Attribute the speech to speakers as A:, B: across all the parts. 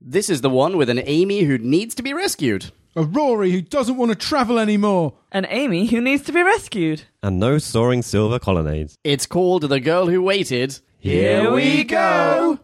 A: This is the one with an Amy who needs to be rescued.
B: A Rory who doesn't want to travel anymore.
C: And Amy, who needs to be rescued.
D: And no soaring silver colonnades.
A: It's called The Girl Who Waited.
D: Here
C: we go.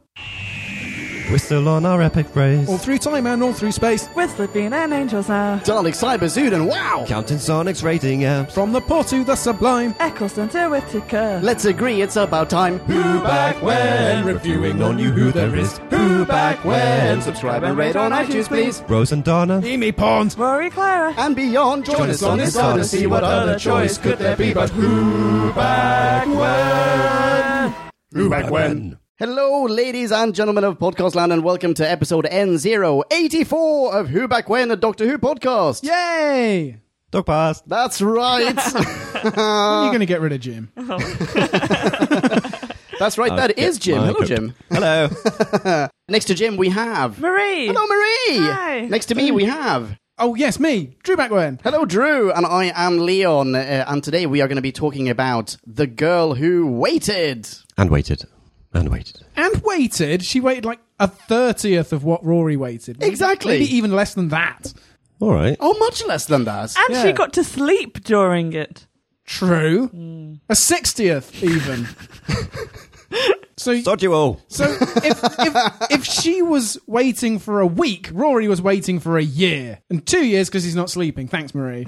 D: Whistle on our epic brace.
B: All through time and all through space.
C: We're slipping and angels now.
A: Dalek Cyber Zood and wow!
D: Counting Sonic's rating apps.
B: From the poor to the sublime.
C: Eccleston to Whitaker.
A: Let's agree it's about time.
B: Who back when?
D: Reviewing on you who there is.
B: Who back when?
A: Subscribe and rate on iTunes, please.
D: Rose and Donna.
B: Amy Pond.
C: Rory Clara.
A: And beyond, join us on this odyssey. What other choice could there be but who back when? Who back when? Hello, ladies and gentlemen of Podcast Land, and welcome to episode N084 of Who Back When, a Doctor Who podcast.
B: Yay!
D: Dog past.
A: That's right.
B: When are you going to get rid of Jim?
A: That's right. That is Jim.
D: my
A: Hello,
D: coat.
A: Jim.
D: Hello.
A: Next to Jim, we have.
C: Marie.
A: Hello, Marie.
C: Hi.
A: Next to me, we have.
B: Oh, yes, me, Drew Backwen.
A: Hello, Drew, and I am Leon, uh, and today we are going to be talking about the girl who waited.
D: and waited. And waited.
B: And waited. She waited like a 30th of what Rory waited. Maybe-
A: Exactly.
B: Maybe even less than that.
D: All right.
A: Oh, much less than that.
C: And
B: Yeah.
C: she got to sleep during it.
B: True. A 60th, even. so,
D: Sod you all.
B: so if, if, if she was waiting for a week, Rory was waiting for a year. And two years because he's not sleeping. Thanks, Marie.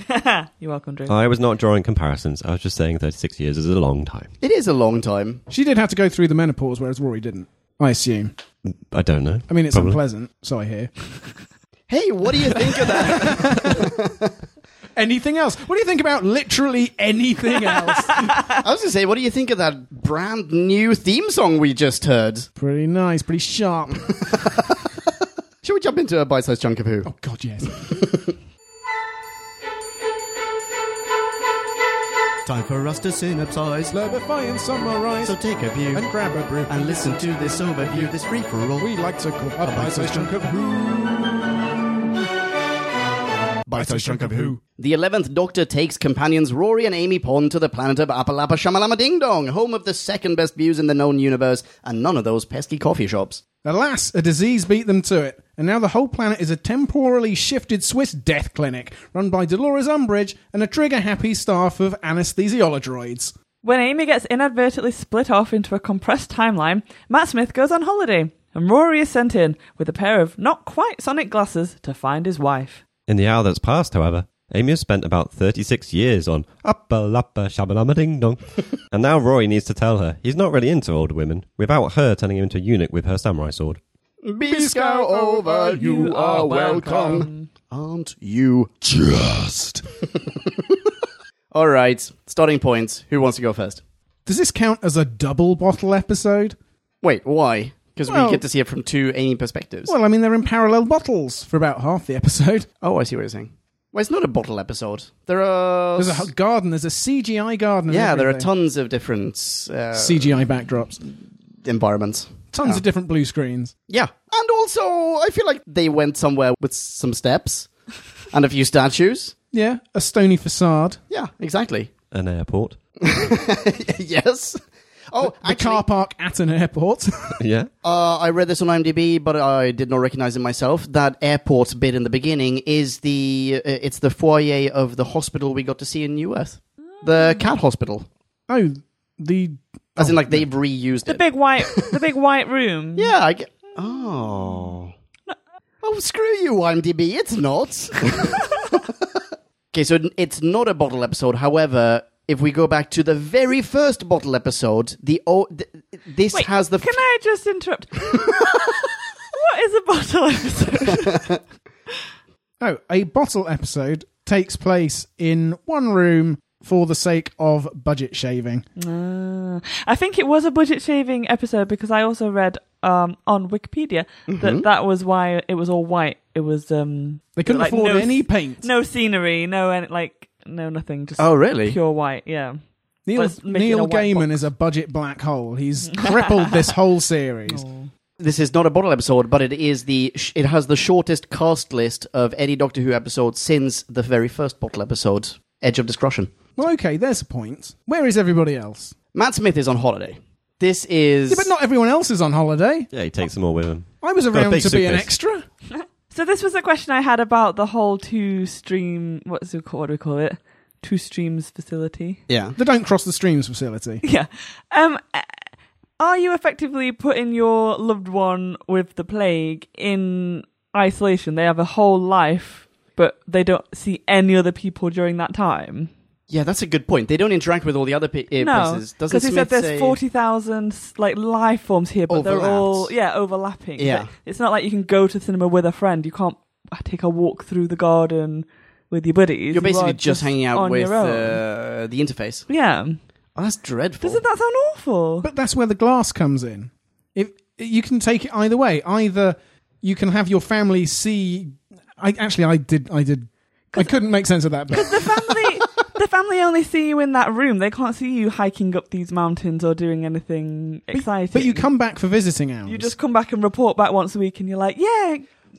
C: You're welcome,
A: Uh.
C: Drew.
D: I was not drawing comparisons. I was just saying 36 years is a long time.
A: It is a long time.
B: She did have to go through the menopause, whereas Rory didn't. I assume.
D: I don't know.
B: I mean, it's
D: Probably.
B: unpleasant, so I hear.
A: Hey, what do you think of that?
B: Anything else? What do you think about literally anything else?
A: I was going to say, what do you think of that brand new theme song we just heard?
B: pretty nice, pretty sharp.
A: Shall we jump into a bite-sized chunk of who?
B: Oh, God, yes.
E: Oh, Time for us to synopsize.
B: Slurpify and summarize
E: So take a view
B: and grab a brew.
E: and listen to this overview, this free for all.
B: we like to call a bite-sized chunk of who. Bite-sized chunk of who.
A: The eleventh Doctor takes companions Rory and Amy Pond to the planet of Appalapa Shamalama Ding Dong, home of the second best views in the known universe, and none of those pesky coffee shops.
B: Alas, a disease beat them to it, and now the whole planet is a temporally shifted Swiss death clinic run by Dolores Umbridge and a trigger-happy staff of anesthesiologist.
C: When Amy gets inadvertently split off into a compressed timeline, Matt Smith goes on holiday, and Rory is sent in with a pair of not quite sonic glasses to find his wife.
D: In the hour that's passed, however, Amy has spent about 36 years on upper lappa shabalama ding dong. and now Roy needs to tell her he's not really into old women without her turning him into a eunuch with her samurai sword.
A: Bisco over, you are welcome. Aren't you just? All right, starting points. Who wants to go first?
B: Does this count as a double bottle episode?
A: Wait, why? Because
B: Well-
A: we get to see it from two Amy perspectives.
B: Well, I mean, they're in parallel bottles for about half the episode.
A: oh, I see what you're saying. Well, it's not a bottle episode. There are.
B: There's a ho- garden. There's a CGI garden. and
A: yeah, there are
B: everything.
A: tons of different uh,
B: CGI backdrops.
A: environments.
B: Tons
A: Oh.
B: of different blue screens.
A: Yeah. And also, I feel like they went somewhere with some steps and a few statues.
B: Yeah, a stony facade.
A: Yeah, exactly.
D: An airport.
A: yes. Oh,
B: A
A: actually,
B: car park at an airport.
D: yeah.
A: uh, I read this on IMDb, but I did not recognize it myself. That airport bit in the beginning is the uh, it's the foyer of the hospital we got to see in New Earth, the
C: Mm.
A: cat hospital.
B: oh, the
A: As in, like they've reused
C: Oh, The
A: it.
C: big white, the big white room.
A: yeah, I get. Oh. Oh, screw you, IMDb. It's not. okay, so it's not a bottle episode. However, if we go back to the very first bottle episode, the oh, th- this
C: Wait,
A: has the.
C: Can I just interrupt? what is a bottle episode?
B: oh, a bottle episode takes place in one room for the sake of budget shaving.
C: Uh, I think it was a budget shaving episode because I also read um, on Wikipedia
A: Mm-hmm.
C: that that was why it was all white. It was um,
B: They couldn't
C: Like,
B: afford
C: no
B: any
C: s-
B: paint.
C: no scenery, no any, like no nothing, just
A: oh, really?
C: pure white. Yeah,
B: Neil,
C: let's make it a
B: Neil
C: white
B: Gaiman
C: box.
B: is a budget black hole. He's crippled this whole series.
C: Oh.
A: this is not a bottle episode, but it is the sh- it has the shortest cast list of any Doctor Who episode since the very first bottle episode, Edge of Discretion.
B: Well, okay, there's a point. Where is everybody else?
A: Matt Smith is on holiday. This is
B: Yeah, but not everyone else is on holiday.
D: Yeah, he takes them all with him.
B: I was
D: Got a
B: around
D: big
B: to be an
D: suitcase.
B: extra.
C: So this was a question I had about the whole two stream. What's it called? What do we call it? Two streams facility.
A: Yeah.
B: The Don't Cross the Streams facility.
C: Yeah. Um, uh, are you effectively putting your loved one with the plague in isolation? They have a whole life, but they don't see any other people during that time.
A: Yeah, that's a good point. They don't interact with all the other pe- uh,
C: no,
A: places. Doesn't
C: he
A: Smith
C: said
A: say...
C: there's forty thousand like life forms here, but they're all
A: Overlapped.
C: yeah overlapping.
A: Yeah.
C: Like, it's not like you can go to the cinema with a friend. You can't uh, take a walk through the garden with your buddies.
A: You're basically
C: You are
A: just, hanging out
C: on
A: with
C: your own.
A: uh, the interface.
C: yeah.
A: Oh, that's dreadful.
C: Doesn't that sound awful?
B: But that's where the glass comes in. If you can take it either way, either you can have your family see. I actually, I did, I did, I couldn't make sense of that. But
C: the family, the family only see you in that room. They can't see you hiking up these mountains or doing anything exciting.
B: but you come back for visiting hours.
C: you just come back and report back once a week, and you're like, yeah.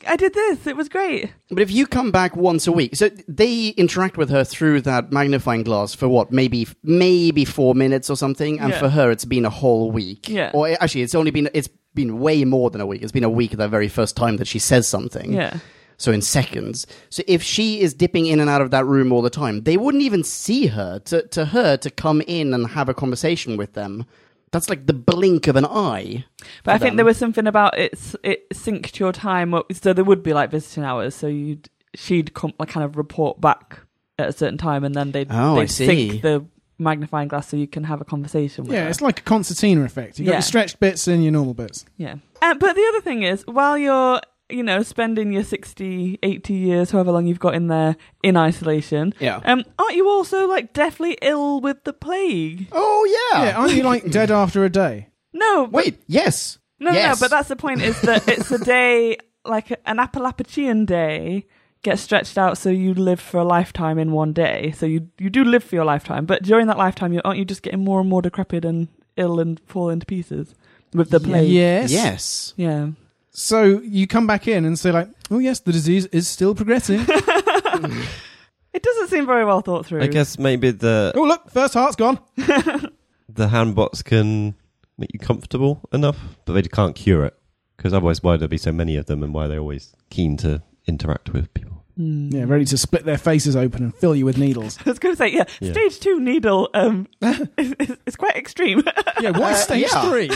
C: I did this. It was great.
A: But if you come back once a week, so they interact with her through that magnifying glass for what, maybe maybe four minutes or something, and
C: Yeah.
A: for her it's been a whole week.
C: Yeah.
A: Or actually, it's only been it's been way more than a week. It's been a week the very first time that she says something.
C: Yeah.
A: So in seconds. So if she is dipping in and out of that room all the time, they wouldn't even see her. To to her to come in and have a conversation with them, that's like the blink of an eye.
C: But I
A: for
C: think
A: them.
C: there was something about it's it synced your time up, so there would be like visiting hours. So you'd she'd come like kind of report back at a certain time, and then they'd,
A: Oh, I
C: they'd
A: see.
C: sync the magnifying glass so you can have a conversation. With
B: yeah,
C: her.
B: it's like a concertina effect. You got
C: Yeah.
B: your stretched bits and your normal bits.
C: yeah. Uh, but the other thing is, while you're you know spending your 60, 80 years, however long you've got in there in isolation,
A: Yeah.
C: um, aren't you also like deathly ill with the plague?
A: Oh
B: Yeah, aren't you like dead after a day?
C: No, but-
A: Wait, yes.
C: No,
A: Yes.
C: no, but that's the point is that it's a day, like an Appalachian day, gets stretched out so you live for a lifetime in one day. So you you do live for your lifetime, but during that lifetime, you aren't you just getting more and more decrepit and ill and falling to pieces with the plague?
B: Yes.
A: Yes.
C: Yeah.
B: So you come back in and say like, oh yes, the disease is still progressing.
C: It doesn't seem very well thought through.
D: I guess maybe the
B: oh look, first heart's gone.
D: the handbots can make you comfortable enough, but they can't cure it. Because otherwise, why there be so many of them, and why are they always keen to interact with people?
C: Hmm.
B: Yeah, ready to split their faces open and fill you with needles.
C: I was going to say, yeah,
D: Yeah.
C: stage two needle um, is, is, is quite extreme.
B: Yeah, why
A: Uh,
B: stage
A: yeah.
B: three?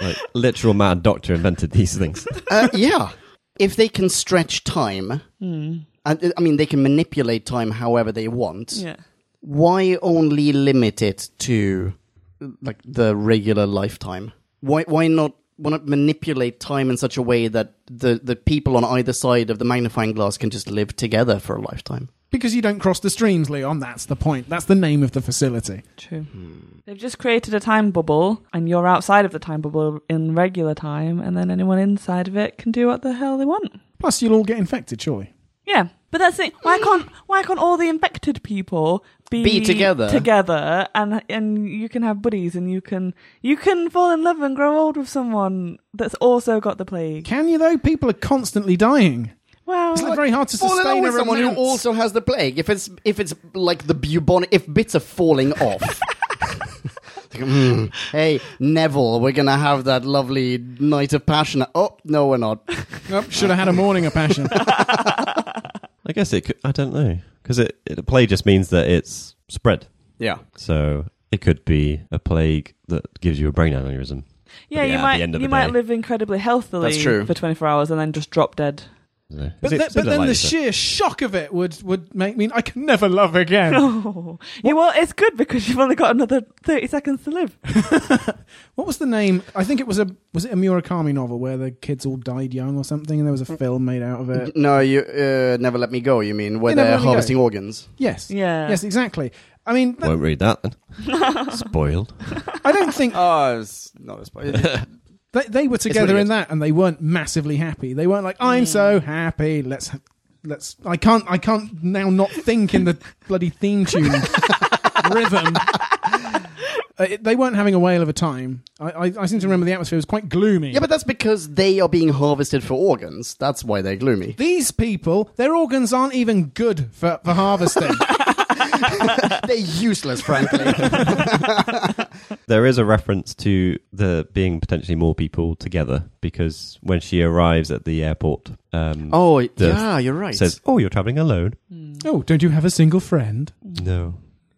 D: Like literal mad doctor invented these things.
A: uh, yeah. If they can stretch time, and, I mean, they can manipulate time however they want.
C: yeah.
A: Why only limit it to like the regular lifetime? Why why not why not manipulate time in such a way that the, the people on either side of the magnifying glass can just live together for a lifetime?
B: Because you don't cross the streams, Leon. That's the point. That's the name of the facility.
C: True. They've just created a time bubble, and you're outside of the time bubble in regular time, and then anyone inside of it can do what the hell they want.
B: Plus, you'll all get infected, surely.
C: Yeah, but that's it. Why can't why can't all the infected people be,
A: Be together.
C: together, and and you can have buddies, and you can you can fall in love and grow old with someone that's also got the plague.
B: Can you though? People are constantly dying.
C: Well,
B: It's like very hard to
A: Fall in love
B: sustain a
A: with someone who
B: romance.
A: also has the plague. If it's if it's like the bubonic, if bits are falling off. Like, "Hmm, hey Neville, we're gonna have that lovely night of passion. Oh no, we're not.
B: Nope, should have had a morning of passion.
D: I guess it. Could, I don't know because it, it a plague just means that it's spread.
A: Yeah.
D: So it could be a plague that gives you a brain aneurysm.
C: yeah,
D: yeah,
C: you
D: at
C: might
D: the end of
C: you
D: the
C: might
D: day.
C: live incredibly healthily
A: That's true.
C: for 24 hours and then just drop dead.
D: So- is
B: But,
D: it-
B: then-
D: is it
B: but then
D: like
B: the
D: that?
B: sheer shock of it would, would make me. I can never love again.
C: Oh, yeah. Well, it's good because you've only got another 30 seconds to live.
B: What was the name? I think it was a was it a Murakami novel where the kids all died young or something, and there was a film made out of it.
A: No, you uh, never let me go. You mean where
B: You never
A: they're
B: let me go.
A: harvesting organs?
B: Yes,
C: Yeah.
B: yes, exactly. I mean, that-
D: Won't read that. Then. Spoiled.
B: I don't think
A: Oh, it's not as
B: they, they were together
A: really
B: in
A: good.
B: that, and they weren't massively happy. They weren't like, "I'm so happy." Let's let's. I can't I can't now not think in the bloody theme tune rhythm. Uh, it- they weren't having a whale of a time. I, I, I seem to remember the atmosphere was quite gloomy.
A: yeah, but that's because they are being harvested for organs. That's why they're gloomy.
B: these people, their organs aren't even good for, for harvesting.
A: they're useless, frankly.
D: There is a reference to there being potentially more people together because when she arrives at the airport, um,
A: Oh,
D: The-
A: yeah, you're right.
D: says, "Oh, you're traveling alone."
B: Oh, don't you have a single friend?
D: No,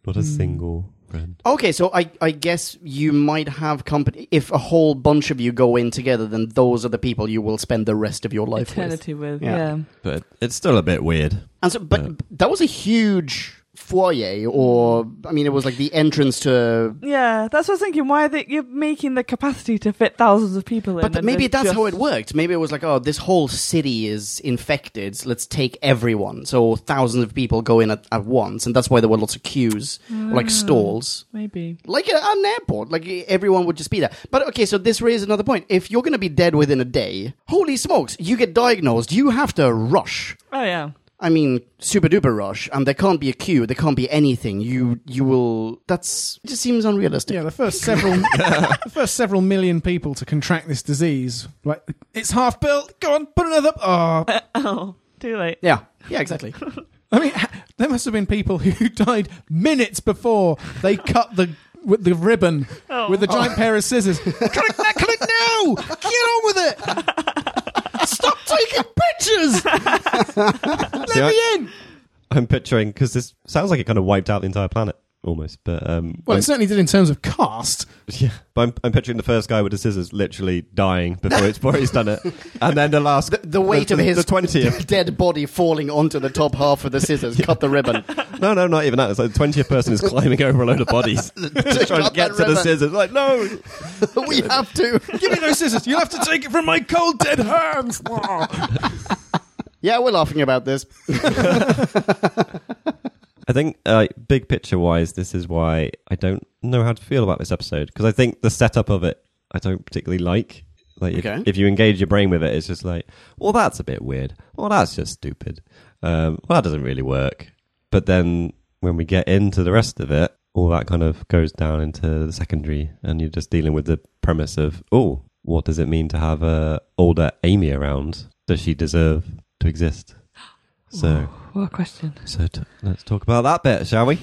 D: not
B: Mm.
D: a single friend.
A: Okay, so I, I guess you might have company. If a whole bunch of you go in together, then those are the people you will spend the rest of your life with.
C: Eternity with,
A: Yeah.
C: yeah.
D: But it's still a bit weird.
A: And so, but
D: Yeah.
A: that was a huge foyer, or I mean, it was like the entrance to.
C: Yeah, that's what I was thinking. Why are they, you're making the capacity to fit thousands of people in?
A: But
C: and
A: maybe
C: they've
A: that's
C: just-
A: how it worked. Maybe it was like, oh, this whole city is infected. so Let's take everyone. So thousands of people go in at, at once, and that's why there were lots of queues, like
C: Mm.
A: stalls.
C: Maybe.
A: like a, an airport. Like e, everyone would just be there. But okay, so this raises another point. If you're going to be dead within a day, holy smokes, you get diagnosed. You have to rush.
C: Oh yeah.
A: I mean, super duper rush, and there can't be a queue. There can't be anything. You you will. That's it just seems unrealistic.
B: Yeah, the first several, the first several million people to contract this disease. Like it's half built. Go on, put another. Oh,
C: Oh, too late.
A: Yeah, yeah, exactly.
B: I mean, there must have been people who died minutes before they cut the with the ribbon with a giant pair of scissors. Click now, click now! Get on with it!
A: Stop taking pictures.
B: Let
D: See,
B: me
D: I,
B: in!
D: I'm picturing because this sounds like it kind of wiped out the entire planet almost. But um,
B: Well,
D: I'm-
B: it certainly did in terms of cost.
D: Yeah, but I'm, I'm picturing the first guy with the scissors literally dying before it's before he's done it, and then the last,
A: The, the weight of his
D: the twentieth.
A: dead body falling onto the top half of the scissors cut the ribbon.
D: No, no, not even that. It's like the twentieth person is climbing over a load of bodies just trying to
A: cut that
D: get to the
A: ribbon.
D: scissors. Like, no,
A: we have to.
B: Give me those scissors. You'll have to take it from my cold, dead hands.
A: Yeah, we're laughing about this.
D: I think, uh, big picture wise, this is why I don't know how to feel about this episode because I think the setup of it I don't particularly like. Like, if,
A: Okay.
D: if you engage your brain with it, it's just like, well, that's a bit weird. Well, that's just stupid. Um, well, that doesn't really work. But then when we get into the rest of it, all that kind of goes down into the secondary, and you're just dealing with the premise of, oh, what does it mean to have a older Amy around? Does she deserve to exist? So.
C: What a question.
D: So t- let's talk about that bit, shall we?
A: I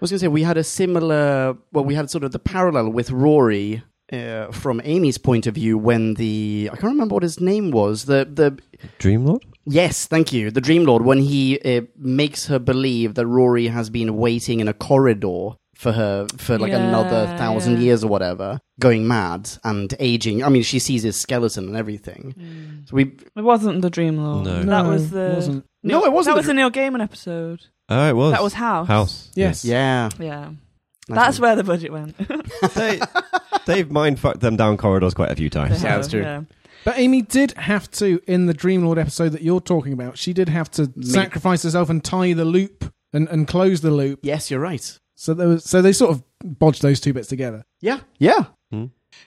A: was going to say we had a similar. Well, we had sort of the parallel with Rory uh, from Amy's point of view when the I can't remember what his name was. The the
D: Dream Lord?
A: yes, thank you, the Dream Lord when he uh, makes her believe that Rory has been waiting in a corridor for her for like
C: Yeah,
A: another thousand
C: yeah.
A: years or whatever, going mad and aging. I mean, she sees his skeleton and everything. So we
C: It wasn't the Dream Lord.
D: No.
C: Mm. that was the.
B: wasn't.
A: No, it wasn't
C: That
A: the
C: was the Neil Gaiman episode.
D: Oh, it was.
C: That was House.
D: House.
B: Yes.
A: yeah,
C: Yeah. That's where the budget went.
D: they, they've mind fucked them down corridors quite a few times.
A: Yeah, that's true.
C: Yeah.
B: But Amy did have to in the Dream Lord episode that you're talking about. She did have to sacrifice herself and tie the loop and, and close the loop.
A: yes, you're right.
B: So there was, so they sort of bodged those two bits together.
A: Yeah, yeah.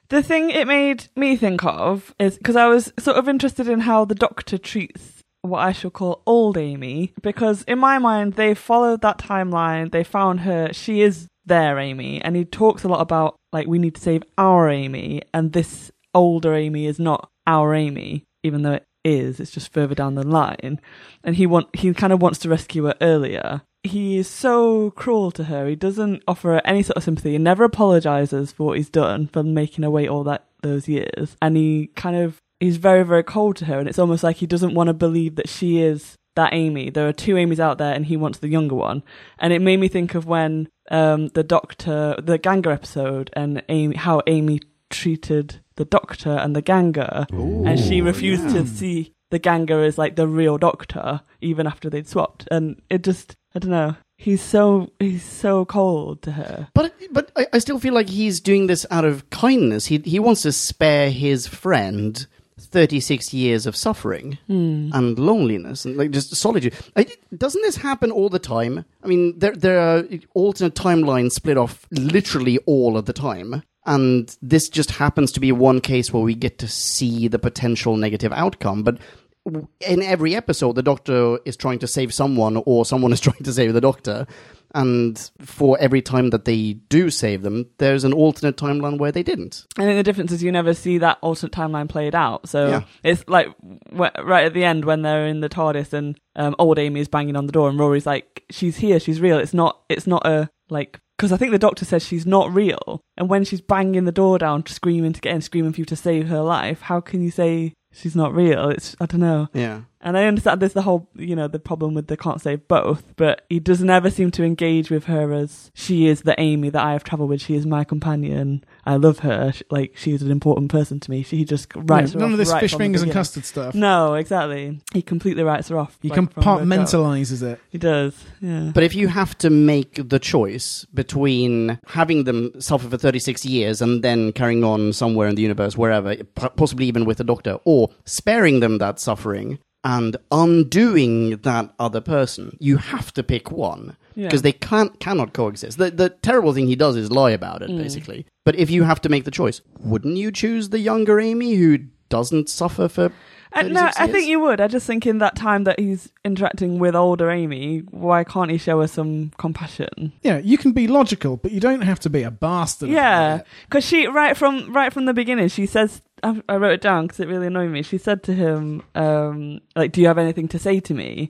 C: The thing it made me think of is because I was sort of interested in how the doctor treats what I shall call old Amy, because in my mind, they followed that timeline, they found her, she is their Amy, and he talks a lot about like we need to save our Amy, and this older Amy is not our Amy, even though it is, it's just further down the line. And he want he kind of wants to rescue her earlier. He is so cruel to her. He doesn't offer her any sort of sympathy. He never apologizes for what he's done for making her wait all that those years. And he kind of he's very very cold to her. And it's almost like he doesn't want to believe that she is that Amy. There are two Amys out there, and he wants the younger one. And it made me think of when um, the Doctor, the Ganga episode, and Amy, how Amy treated the Doctor and the Ganga, and she refused to see the Ganga as like the real Doctor, even after they'd swapped. And it just, I don't know. He's so he's so cold to her.
A: But but I, I still feel like he's doing this out of kindness. He he wants to spare his friend thirty six years of suffering and loneliness and like just solitude. I, doesn't this happen all the time? I mean, there there are alternate timelines split off literally all of the time. And this just happens to be one case where we get to see the potential negative outcome. But w- in every episode, the doctor is trying to save someone, or someone is trying to save the doctor. And for every time that they do save them, there's an alternate timeline where they didn't.
C: I think the difference is you never see that alternate timeline played out. So
A: Yeah.
C: it's like wh- right at the end when they're in the TARDIS and um, old Amy is banging on the door and Rory's like, "She's here, she's real. It's not, it's not a like because I think the doctor says she's not real. And when she's banging the door down, screaming to get in, screaming for you to save her life, how can you say she's not real? It's I don't know.
A: Yeah.
C: And I understand there's the whole, you know, the problem with they can't save both, but he doesn't ever seem to engage with her as she is the Amy that I have travelled with. She is my companion. I love her. She, like she's an important person to me. She he just writes her
B: none
C: off
B: of this
C: right
B: fish
C: from the
B: fingers and
C: beginning.
B: custard stuff.
C: No, exactly. He completely writes her off.
B: He
C: like, from the go.
B: compartmentalizes it.
C: He does. Yeah.
A: But if you have to make the choice between having them suffer for 36 years and then carrying on somewhere in the universe, wherever, p- possibly even with a doctor, or sparing them that suffering and undoing that other person, you have to pick one.
C: Yeah.
A: Because they can't, cannot coexist. The, the terrible thing he does is lie about
C: Mm.
A: it, basically. But if you have to make the choice, wouldn't you choose the younger Amy who doesn't suffer for.
C: Uh, no,
A: 36
C: I think
A: years?
C: you would. I just think in that time that he's interacting with older Amy, why can't he show her some compassion?
B: Yeah, you can be logical, but you don't have to be a bastard.
C: Yeah,
B: about it.
C: because she right from right from the beginning, she says, I, I wrote it down because it really annoyed me. She said to him, um, like, "Do you have anything to say to me?"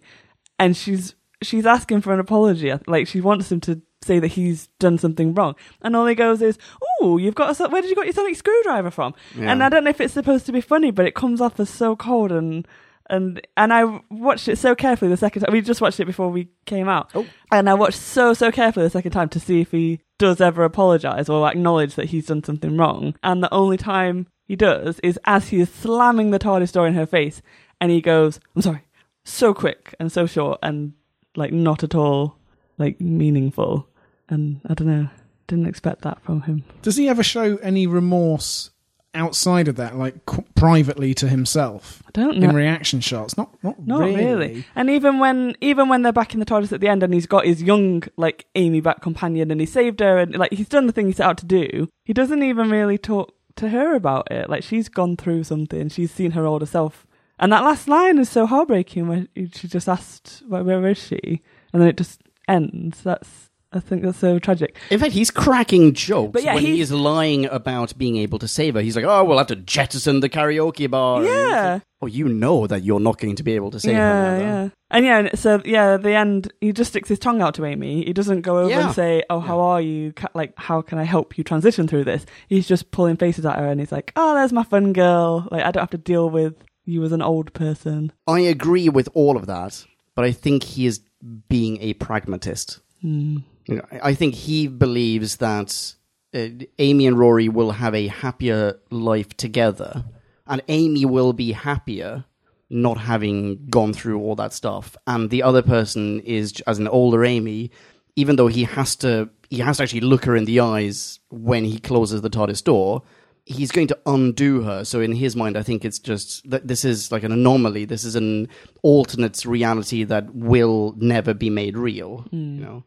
C: And she's she's asking for an apology. Like she wants him to say that he's done something wrong, and all he goes is, "Oh, you've got a, so- where did you got your sonic screwdriver from?"
A: Yeah.
C: And I don't know if it's supposed to be funny, but it comes off as so cold and. And and I watched it so carefully the second time. We just watched it before we came out.
A: Oh.
C: And I watched so, so carefully the second time to see if he does ever apologize or acknowledge that he's done something wrong. And the only time he does is as he is slamming the TARDIS door in her face and he goes, I'm sorry, so quick and so short and like not at all like meaningful. And I don't know, didn't expect that from him.
B: Does he ever show any remorse outside of that, like qu- privately to himself
C: I don't know.
B: in reaction shots? Not, not,
C: Not really. And even when even when they're back in the TARDIS at the end and he's got his young like Amy back companion and he saved her and like he's done the thing he set out to do, he doesn't even really talk to her about it. Like she's gone through something, she's seen her older self. And that last line is so heartbreaking when she just asked where, where is she? And then it just ends. That's I think that's so tragic.
A: In fact, he's cracking jokes
C: But yeah,
A: when he
C: he's-
A: is lying about being able to save her. He's like, "Oh, we'll have to jettison the karaoke bar." And it's
C: Yeah.
A: like, oh, you know that you're not going to be able to save her.
C: yeah,
A: like that.
C: yeah. And yeah, and so yeah, at the end he just sticks his tongue out to Amy. He doesn't go over
A: Yeah.
C: and say, "Oh, how are you? Ca- Like, how can I help you transition through this?" He's just pulling faces at her, and he's like, "Oh, there's my fun girl. Like, I don't have to deal with you as an old person."
A: I agree with all of that, but I think he is being a pragmatist.
C: Hmm.
A: You know, I I think he believes that uh, Amy and Rory will have a happier life together, and Amy will be happier not having gone through all that stuff, and the other person is j- as an older Amy, even though he has to he has to actually look her in the eyes when he closes the TARDIS door. He's going to undo her. So in his mind, I think it's just that this is like an anomaly. This is an alternate reality that will never be made real. You know.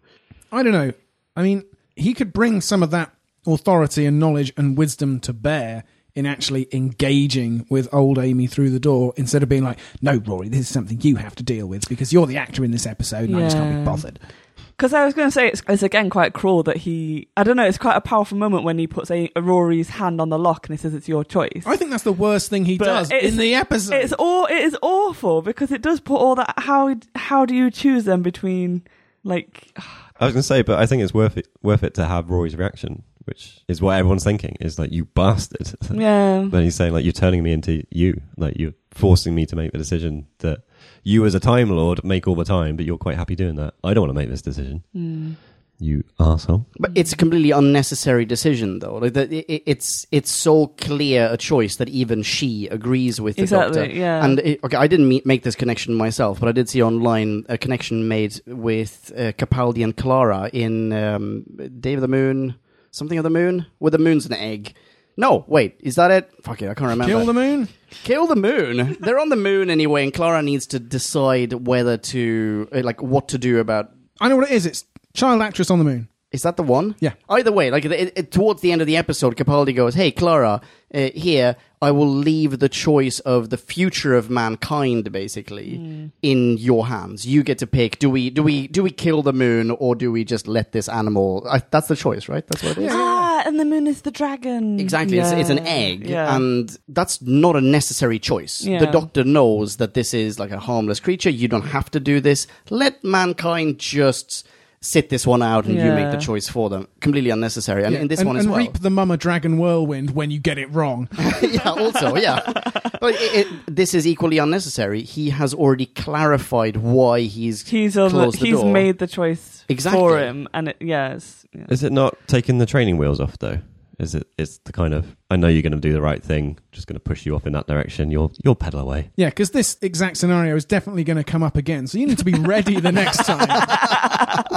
B: I don't know. I mean, he could bring some of that authority and knowledge and wisdom to bear in actually engaging with old Amy through the door instead of being like, no, Rory, this is something you have to deal with because you're the actor in this episode and I just can't be
C: Yeah.
B: bothered.
C: Because I was going to say it's, it's again quite cruel that he. I don't know. It's quite a powerful moment when he puts a, Rory's hand on the lock and he says, "It's your choice."
B: I think that's the worst thing he
C: But
B: does
C: it's-
B: in the episode.
C: It's all it is awful because it does put all that. How how do you choose them between like
D: I was going to say, but I think it's worth it worth it to have Rory's reaction, which is what everyone's thinking is like, you bastard.
C: yeah?
D: But he's saying like you're turning me into you, like you're forcing me to make the decision that you as a time lord make all the time, but you're quite happy doing that. I don't want to make this decision.
C: Hmm.
D: You asshole.
A: But it's a completely unnecessary decision, though. Like the, i i- it's it's so clear a choice that even she agrees with the
C: Exactly,
A: doctor.
C: yeah.
A: And it, okay, I didn't me- make this connection myself, but I did see online a connection made with uh, Capaldi and Clara in um, Day of the Moon, something of the Moon, where the moon's an egg. No, wait, is that it? Fuck it, I can't remember.
B: Kill the moon?
A: Kill the moon. They're on the moon anyway, and Clara needs to decide whether to uh, like what to do about
B: I know what it is. It's child actress on the moon.
A: Is that the one?
B: Yeah.
A: Either way, like it, it, towards the end of the episode, Capaldi goes, "Hey, Clara, uh, here I will leave the choice of the future of mankind, basically, in your hands. You get to pick. Do we do we do we kill the moon or do we just let this animal? I, that's the choice, right? That's what it is.
C: Ah, and the moon is the dragon.
A: Exactly. It's, it's an
C: Yeah.
A: egg,
C: Yeah.
A: and that's not a necessary choice. The
C: Yeah.
A: doctor knows that this is like a harmless creature. You don't have to do this. Let mankind just sit this one out and you make
C: Yeah.
A: the choice for them. Completely unnecessary. And in this
B: and,
A: one as
B: and
A: well.
B: reap the Mama Dragon whirlwind when you get it wrong.
A: yeah, also, yeah. But it, it, this is equally unnecessary. He has already clarified why he's
C: He's over,
A: Close the
C: he's
A: door.
C: made the choice
A: Exactly.
C: for him, and it, yeah, it's, yeah.
D: Is it not taking the training wheels off though? Is it? It's the kind of I know you're going to do the right thing. Just going to push you off in that direction. You'll you'll pedal away.
B: Yeah, because this exact scenario is definitely going to come up again, so you need to be ready the next time.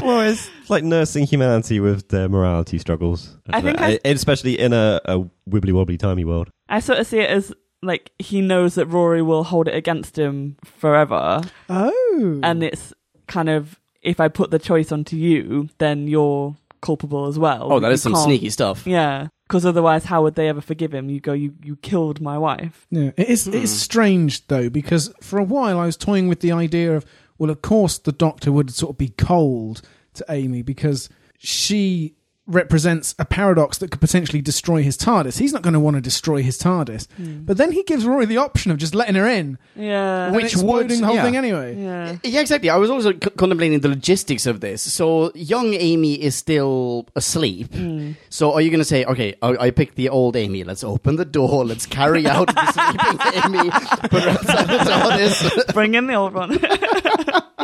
D: well, it's like nursing humanity with their morality struggles.
C: I think I-
D: especially in a, a wibbly wobbly timey world.
C: I sort of see it as like he knows that Rory will hold it against him forever,
B: Oh,
A: Mm.
C: and it's kind of if I put the choice onto you, then you're culpable as well.
A: Oh, that
C: You
A: is some
C: can't-
A: sneaky stuff.
C: Yeah, because otherwise, how would they ever forgive him? You go, you you killed my wife.
B: Yeah, it is. It's strange though because for a while I was toying with the idea of, well, of course the Doctor would sort of be cold to Amy because she represents a paradox that could potentially destroy his TARDIS. He's not going to want to destroy his TARDIS, but then he gives Rory the option of just letting her in,
C: Uh, Yeah,
B: and
A: Which
B: exploding
A: would-
B: the whole
A: yeah.
B: thing anyway.
C: yeah,
A: Yeah, exactly. I was also c- contemplating the logistics of this. So young Amy is still asleep.
C: Hmm.
A: So are you going to say, okay, I, I picked the old Amy. Let's open the door. Let's carry out the sleeping Amy. Put her outside the TARDIS.
C: bring in the old one.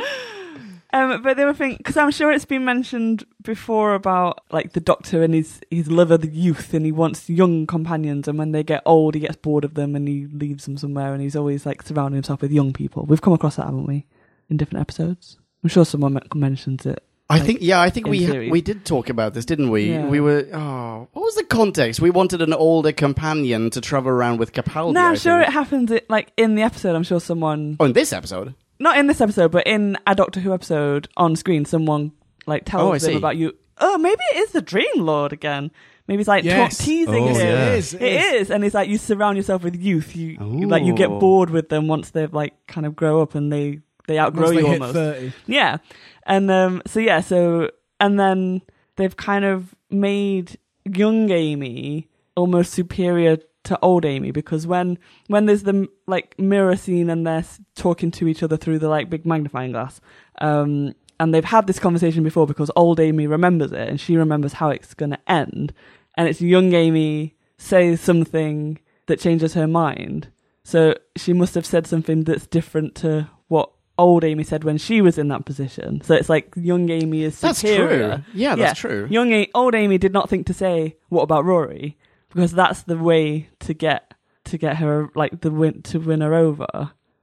C: Um, but they were thinking because I'm sure it's been mentioned before about like the doctor and his his love of the youth and he wants young companions and when they get old he gets bored of them and he leaves them somewhere and he's always like surrounding himself with young people. We've come across that, haven't we, in different episodes? I'm sure someone men- mentions it.
A: I
C: Like,
A: think, yeah, I think
C: in
A: we
C: theory.
A: we did talk about this, didn't we?
C: Yeah.
A: We were, oh, what was the context? We wanted an older companion to travel around with Capaldi.
C: no,
A: I
C: I'm sure
A: think.
C: it happens it, like in the episode. I'm sure someone
A: Oh, in this episode?
C: not in this episode, but in a Doctor Who episode on screen, someone like
A: Oh, I
C: tells them
A: see.
C: about you. Oh, maybe it is the Dream Lord again. Maybe it's like ta-
B: Yes.
C: teasing
D: Oh,
C: him.
D: yeah.
B: It is.
C: It is, and it's like you surround yourself with youth. You you- like you get
A: Ooh.
C: bored with them once they've like kind of grow up and they they outgrow
B: Once they
C: you
B: hit
C: almost.
B: thirty.
C: Yeah. And um so yeah, so and then they've kind of made young Amy almost superior to old Amy because when when there's the like mirror scene and they're s- talking to each other through the like big magnifying glass um and they've had this conversation before because old Amy remembers it and she remembers how it's going to end and it's young Amy says something that changes her mind so she must have said something that's different to what old Amy said when she was in that position. So it's like young Amy is
A: That's
C: superior.
A: true. Yeah, that's true.
C: Young A- old Amy did not think to say what about Rory because that's the way to get to get her like the win to win her over.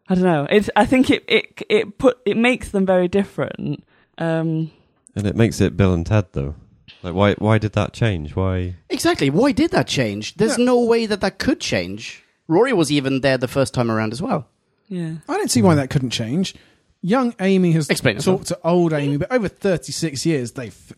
C: I don't know. It's I think it it it put it makes them very different. Um,
D: And it makes it Bill and Ted though. Like why why did that change? Why
A: Exactly. Why did that change? There's no way that that could change. Rory was even there the first time around as well.
C: yeah.
B: I don't see why that couldn't change. Young Amy has
A: Explain
B: talked to old Amy, but over 36 years, they've f-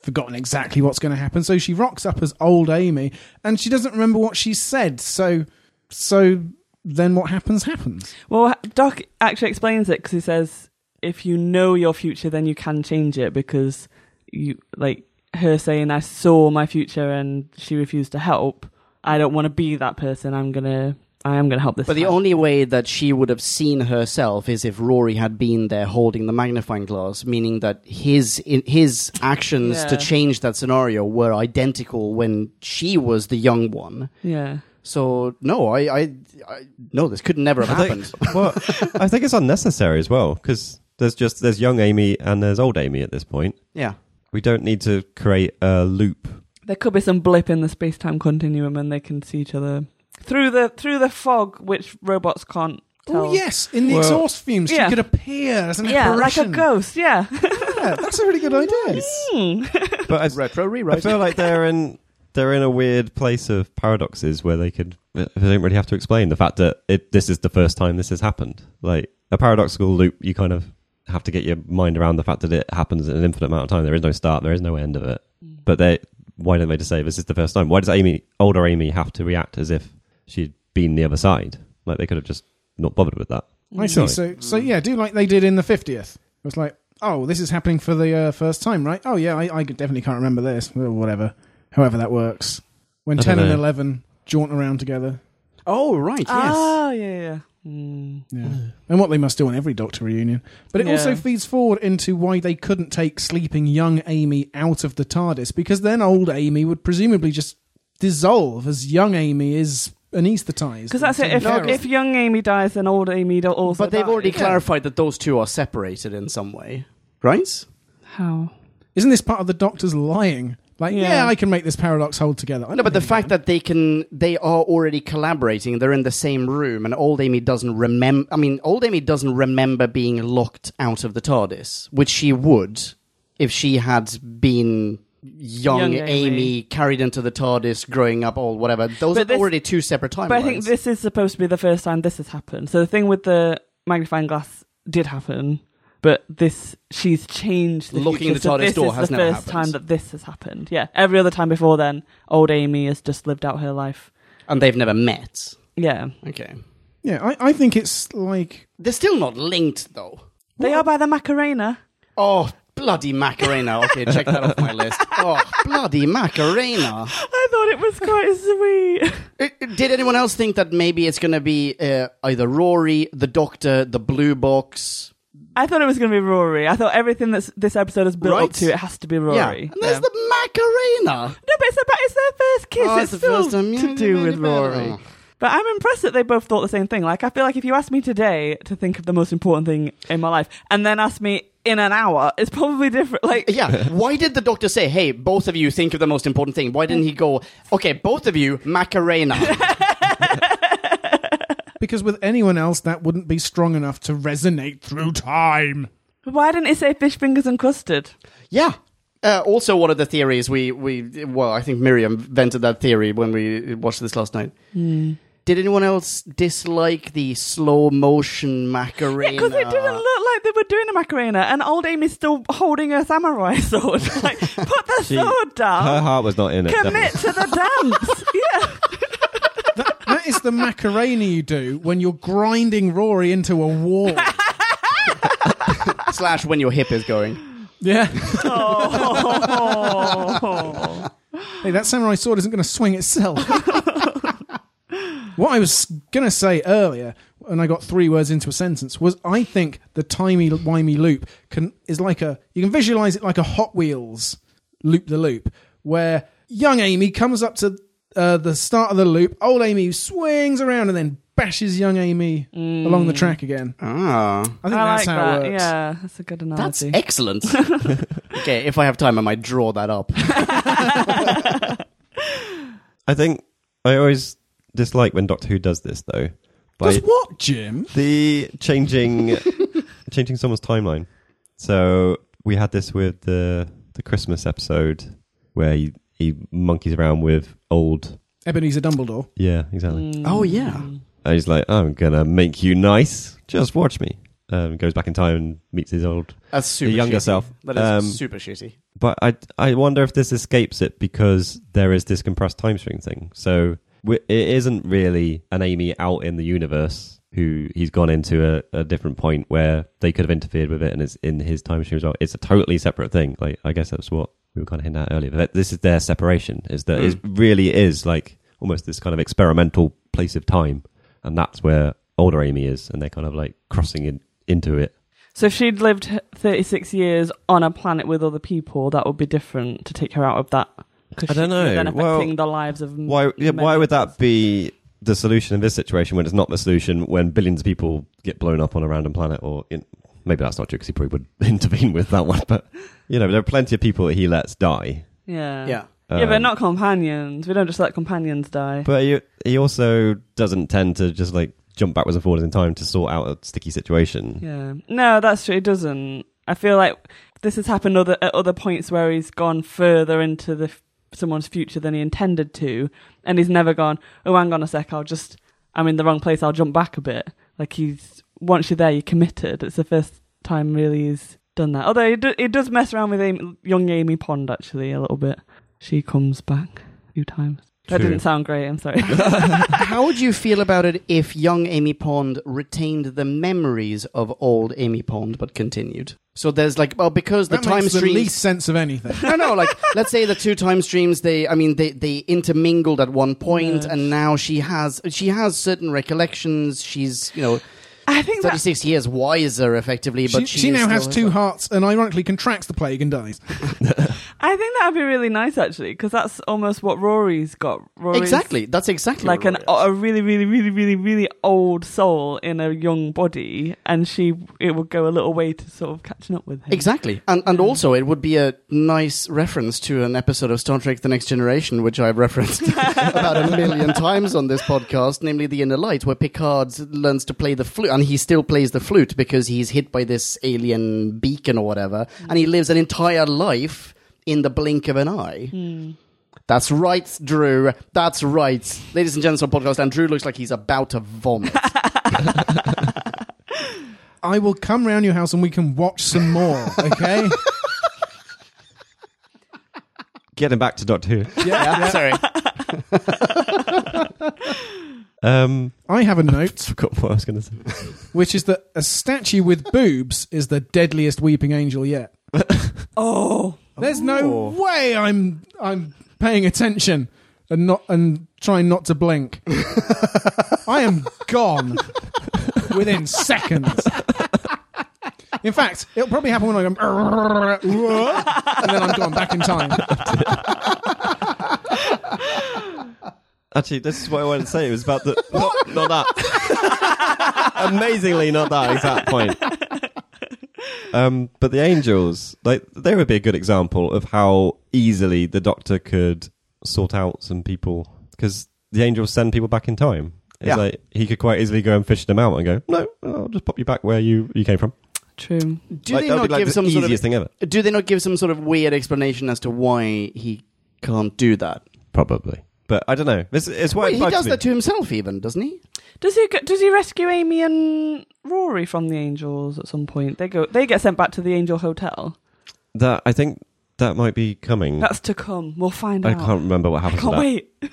B: forgotten exactly what's going to happen. So she rocks up as old Amy, and she doesn't remember what she said. So, so then what happens happens.
C: Well, Doc actually explains it because he says if you know your future, then you can change it because you like her saying, "I saw my future and she refused to help." I don't want to be that person. I'm gonna, I am gonna help this.
A: But the
C: time."
A: only way that she would have seen herself is if Rory had been there holding the magnifying glass, meaning that his in, his actions to
C: Yeah.
A: change that scenario were identical when she was the young one.
C: yeah,
A: So no, I, I, I no, this could never have
D: I
A: happened.
D: think, well, I think it's unnecessary as well because there's just there's young Amy and there's old Amy at this point.
A: Yeah,
D: We don't need to create a loop.
C: there could be some blip in the space time continuum, and they can see each other through the through the fog, which robots can't. Tell.
B: Oh yes, in the
D: Well-
B: exhaust fumes,
C: Yeah.
B: she could appear as an
C: yeah, like a
B: apparition.
C: ghost. Yeah,
B: Yeah, that's a really good idea.
C: Hmm.
D: But I,
A: retro
D: I
A: rewrite.
D: feel like they're in they're in a weird place of paradoxes where they could they don't really have to explain the fact that it, this is the first time this has happened. Like a paradoxical loop, you kind of have to get your mind around the fact that it happens in an infinite amount of time. There is no start, there is no end of it. But they why don't they just say this is the first time? Why does Amy older Amy have to react as if she'd been the other side? Like they could have just not bothered with that.
B: I see.
D: Sorry.
B: So, so
C: Mm.
B: yeah, do like they did in the 50th. It was like, oh, this is happening for the uh, first time, right? Oh yeah, I, I definitely can't remember this. Well, whatever, however that works. When
D: I
B: 10
D: don't
B: and
D: know.
B: 11 jaunt around together.
A: oh right, yes.
C: Oh yeah, yeah.
B: Yeah. And what they must do on every Doctor reunion. But it also
C: Yeah.
B: feeds forward into why they couldn't take sleeping young Amy out of the TARDIS, because then old Amy would presumably just dissolve as young Amy is anaesthetized.
C: Because that's it. If,
B: No,
C: if young Amy dies, then old Amy do- also.
A: But they've
C: dies.
A: already clarified that those two are separated in some way, right?
C: How?
B: Isn't this part of the Doctor's lying? Like, yeah,
C: Yeah.
B: I can make this paradox hold together. I
A: No, but the
B: know.
A: fact that they can, they are already collaborating. They're in the same room, and old Amy doesn't remember. I mean, old Amy doesn't remember being locked out of the TARDIS, which she would if she had been young,
C: Young
A: Amy.
C: Amy.
A: carried into the TARDIS, growing up, or whatever. Those
C: But
A: are
C: this-
A: already two separate timelines.
C: But I think this is supposed to be the first time this has happened. So the thing with the magnifying glass did happen, but this she's changed. The
A: Looking at
C: future,
A: the
C: so
A: TARDIS
C: this
A: door
C: is
A: has
C: the
A: never
C: first
A: happened.
C: time that this has happened. Yeah, every other time before then, old Amy has just lived out her life.
A: and they've never met.
C: Yeah,
A: Okay,
B: Yeah, I, I think it's like.
A: they're still not linked though.
C: they are by the Macarena.
A: Oh. Bloody Macarena. Okay, check that off my list. Oh, bloody Macarena.
C: I thought it was quite sweet.
A: Uh, Did anyone else think that maybe it's going to be uh, either Rory, the Doctor, the Blue Box?
C: I thought it was going to be Rory. I thought everything that's this episode has built
A: Right.
C: up to it has to be Rory.
A: Yeah, and there's the Macarena.
C: No, but it's about it's their first kiss.
A: Oh,
C: it's still to do with Rory. But I'm impressed that they both thought the same thing. Like, I feel like if you asked me today to think of the most important thing in my life, and then asked me in an hour, it's probably different. Like,
A: Yeah, why did the Doctor say, "Hey, both of you think of the most important thing"? Why didn't he go, "Okay, both of you, Macarena"?
B: Because with anyone else, that wouldn't be strong enough to resonate through time.
C: why didn't it say fish fingers and custard?
A: yeah. Uh, also, one of the theories we we well, I think Miriam vented that theory when we watched this last night.
C: Hmm.
A: Did anyone else dislike the slow motion Macarena?
C: Because it didn't look like they were doing a macarena, and old Amy's still holding her samurai sword. like, put the
D: She-
C: sword
D: Her
C: down.
D: heart was not in it.
C: Oh, Commit
D: definitely.
C: to the dance. yeah.
B: That is the Macarena you do when you're grinding Rory into a wall.
A: slash when your hip is going.
B: Yeah.
C: Oh.
B: Hey, that samurai sword isn't going to swing itself. what I was going to say earlier, and I got three words into a sentence, was I think the timey wimey loop can is like a you can visualize it like a Hot Wheels loop the loop, where young Amy comes up to uh, the start of the loop, old Amy swings around and then bashes young Amy along the track again.
A: Ah.
B: I think
C: Mm. I
B: that's
C: like
B: how
C: that.
B: it works.
C: Yeah, that's a good
A: That's
C: analogy.
A: excellent. okay, if I have time, I might draw that up.
D: I think I always dislike when Doctor Who does this though. By
B: Does what, Jim?
D: the changing changing someone's timeline. So we had this with the the Christmas episode where he, he monkeys around with old.
B: Ebenezer Dumbledore.
D: Yeah, exactly.
C: Mm.
A: Oh, yeah.
D: And he's like, "I'm gonna make you nice. Just watch me." Um, goes back in time and meets his old
A: That's super
D: The younger
A: shitty.
D: self.
A: That is
D: Um,
A: super shitty.
D: but I I wonder if this escapes it because there is this compressed time string thing. So we- it isn't really an Amy out in the universe who he's gone into a, a different point where they could have interfered with it and it's in his time stream as well. It's a totally separate thing. Like I guess that's what we were kind of hinting at earlier. But this is their separation. Is that it really is like almost this kind of experimental place of time, and that's where older Amy is, and they're kind of like crossing in, into it.
C: So if she'd lived 36 years on a planet with other people, that would be different to take her out of that. 'cause
D: I don't
C: she- you're Then
D: know. Well,
C: affecting the lives of m-
D: Why? Yeah,
C: many
D: why would that be the solution in this situation when it's not the solution when billions of people get blown up on a random planet? Or in, maybe that's not true because he probably would intervene with that one. But you know, there are plenty of people that he lets die.
C: Yeah.
A: Yeah.
C: yeah, but
D: Um,
C: not companions. We don't just let companions die.
D: But he, he also doesn't tend to just like jump backwards and forwards in time to sort out a sticky situation.
C: yeah. No, that's true. It doesn't. I feel like this has happened other at other points where he's gone further into the f- someone's future than he intended to, and he's never gone. Oh, hang on a sec. I'll just. I'm in the wrong place. I'll jump back a bit. Like he's once you're there, you're committed. It's the first time really he's done that. Although it, do, it does mess around with Amy, young Amy Pond actually a little bit. She comes back a few times. That
D: True.
C: didn't sound great. I'm sorry.
A: How would you feel about it if young Amy Pond retained the memories of old Amy Pond but continued? So there's like, well, because the
B: that
A: time
B: makes the
A: streams.
B: least sense of anything.
A: no, no. Like, let's say the two time streams. They, I mean, they they intermingled at one point,
C: Yeah.
A: and now she has she has certain recollections. She's you know
C: I think
A: thirty
C: that
A: six years wiser, effectively. But
B: she,
A: she,
B: she
A: is
B: now has
A: still
B: two
A: herself.
B: hearts and ironically contracts the plague and dies.
C: I think that'd be really nice actually, because that's almost what Rory's got. Rory's
A: Exactly. That's exactly
C: Like
A: what
C: an
A: it is.
C: a really really really really really old soul in a young body, and she it would go a little way to sort of catching up with him.
A: Exactly. And and also it would be a nice reference to an episode of Star Trek The Next Generation, which I've referenced about a million times on this podcast, namely The Inner Light, where Picard learns to play the flute and he still plays the flute because he's hit by this alien beacon or whatever,
D: Mm.
A: and he lives an entire life in the blink of an eye.
D: Hmm.
A: That's right, Drew. That's right. Ladies and gents on podcast, and Drew looks like he's about to vomit.
B: I will come round your house and we can watch some more, okay?
D: Getting back to Doctor Who.
A: yeah, sorry.
D: Um,
B: I have a note,
D: forgot what I was going to say.
B: which is that a statue with boobs is the deadliest weeping angel yet.
C: Oh,
B: There's no way I'm I'm paying attention and not and trying not to blink. I am gone within seconds. In fact, it'll probably happen when I go and then I'm gone back in time.
D: Actually, this is what I wanted to say. It was about the not, not that. Amazingly, not that exact point. Um, but the angels, like they would be a good example of how easily the Doctor could sort out some people because the angels send people back in time. It's
A: Yeah.
D: like he could quite easily go and fish them out and go, no, I'll just pop you back where you, you came from.
C: true.
A: Do
D: Like,
A: they
D: that would
A: not
D: be, like,
A: give
D: the
A: some
D: easiest
A: sort of
D: thing ever?
A: Do they not give some sort of weird explanation as to why he can't do that?
D: Probably, but I don't know. This it's why
A: Wait,
D: it
A: he
D: bugs
A: does
D: me.
A: that to himself, even doesn't he?
C: Does he go- does he rescue Amy and Rory from the angels at some point? They go they get sent back to the angel hotel.
D: That I think that might be coming.
C: That's to come. We'll find
D: I
C: out.
D: can't remember what happened.
C: Can't
D: to that.
C: wait.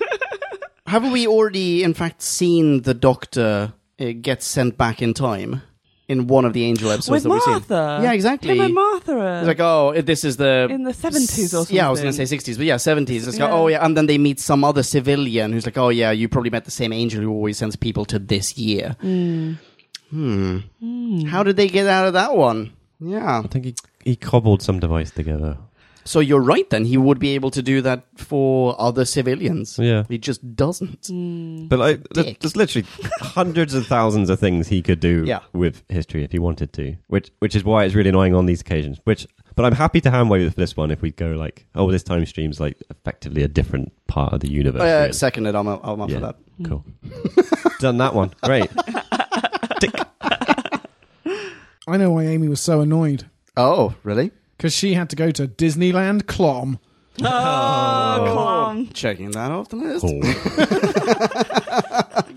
A: Haven't we already, in fact, seen the Doctor uh, get sent back in time in one of the Angel episodes
C: With
A: that we've seen?
C: Martha.
A: Yeah, exactly.
C: Him and Martha.
A: It's like, oh, it- this is the
C: In the 70s or
A: Yeah, I was going to say
C: something.
A: sixties, but yeah, seventies. It's like,
C: Yeah.
A: oh yeah, and then they meet some other civilian who's like, oh yeah, you probably met the same angel who always sends people to this year.
C: Mm.
A: Hmm. How did they get out of that one? Yeah.
D: I think he he cobbled some device together.
A: So you're right then, he would be able to do that for other civilians.
D: Yeah,
A: He just doesn't.
D: but like, there's,
A: Dick.
D: there's literally hundreds of thousands of things he could do
A: Yeah.
D: with history if he wanted to, which which is why it's really annoying on these occasions. Which, but I'm happy to hand wave for this one if we go like, oh, this time stream's like effectively a different part of the universe.
A: Uh,
D: really.
A: seconded, I'm, I'm up
D: Yeah.
A: for that.
D: Cool, done that one. Great.
B: I know why Amy was so annoyed
A: Oh, really?
B: because she had to go to Disneyland Clom.
C: Oh, clown.
A: Checking that off the list.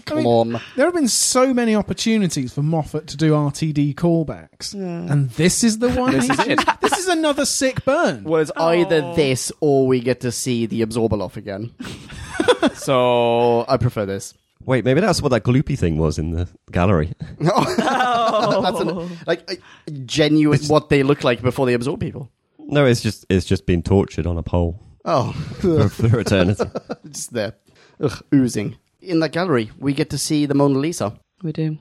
D: Cool.
A: Come on.
B: There have been so many opportunities for Moffat to do RTD callbacks, and this is the one.
A: This
B: he
A: is it.
B: did. This is another sick burn.
A: Well, it's either this or we get to see the absorber off again. so I prefer this.
D: Wait, maybe that's what that gloopy thing was in the gallery.
A: No.
C: Oh.
A: That's an, like a genuine what they look like before they absorb people.
D: No, it's just it's just being tortured on a pole
A: Oh,
D: for, for eternity.
A: it's there. Ugh, oozing. In that gallery, we get to see the Mona Lisa.
C: We
A: Mm.
C: do.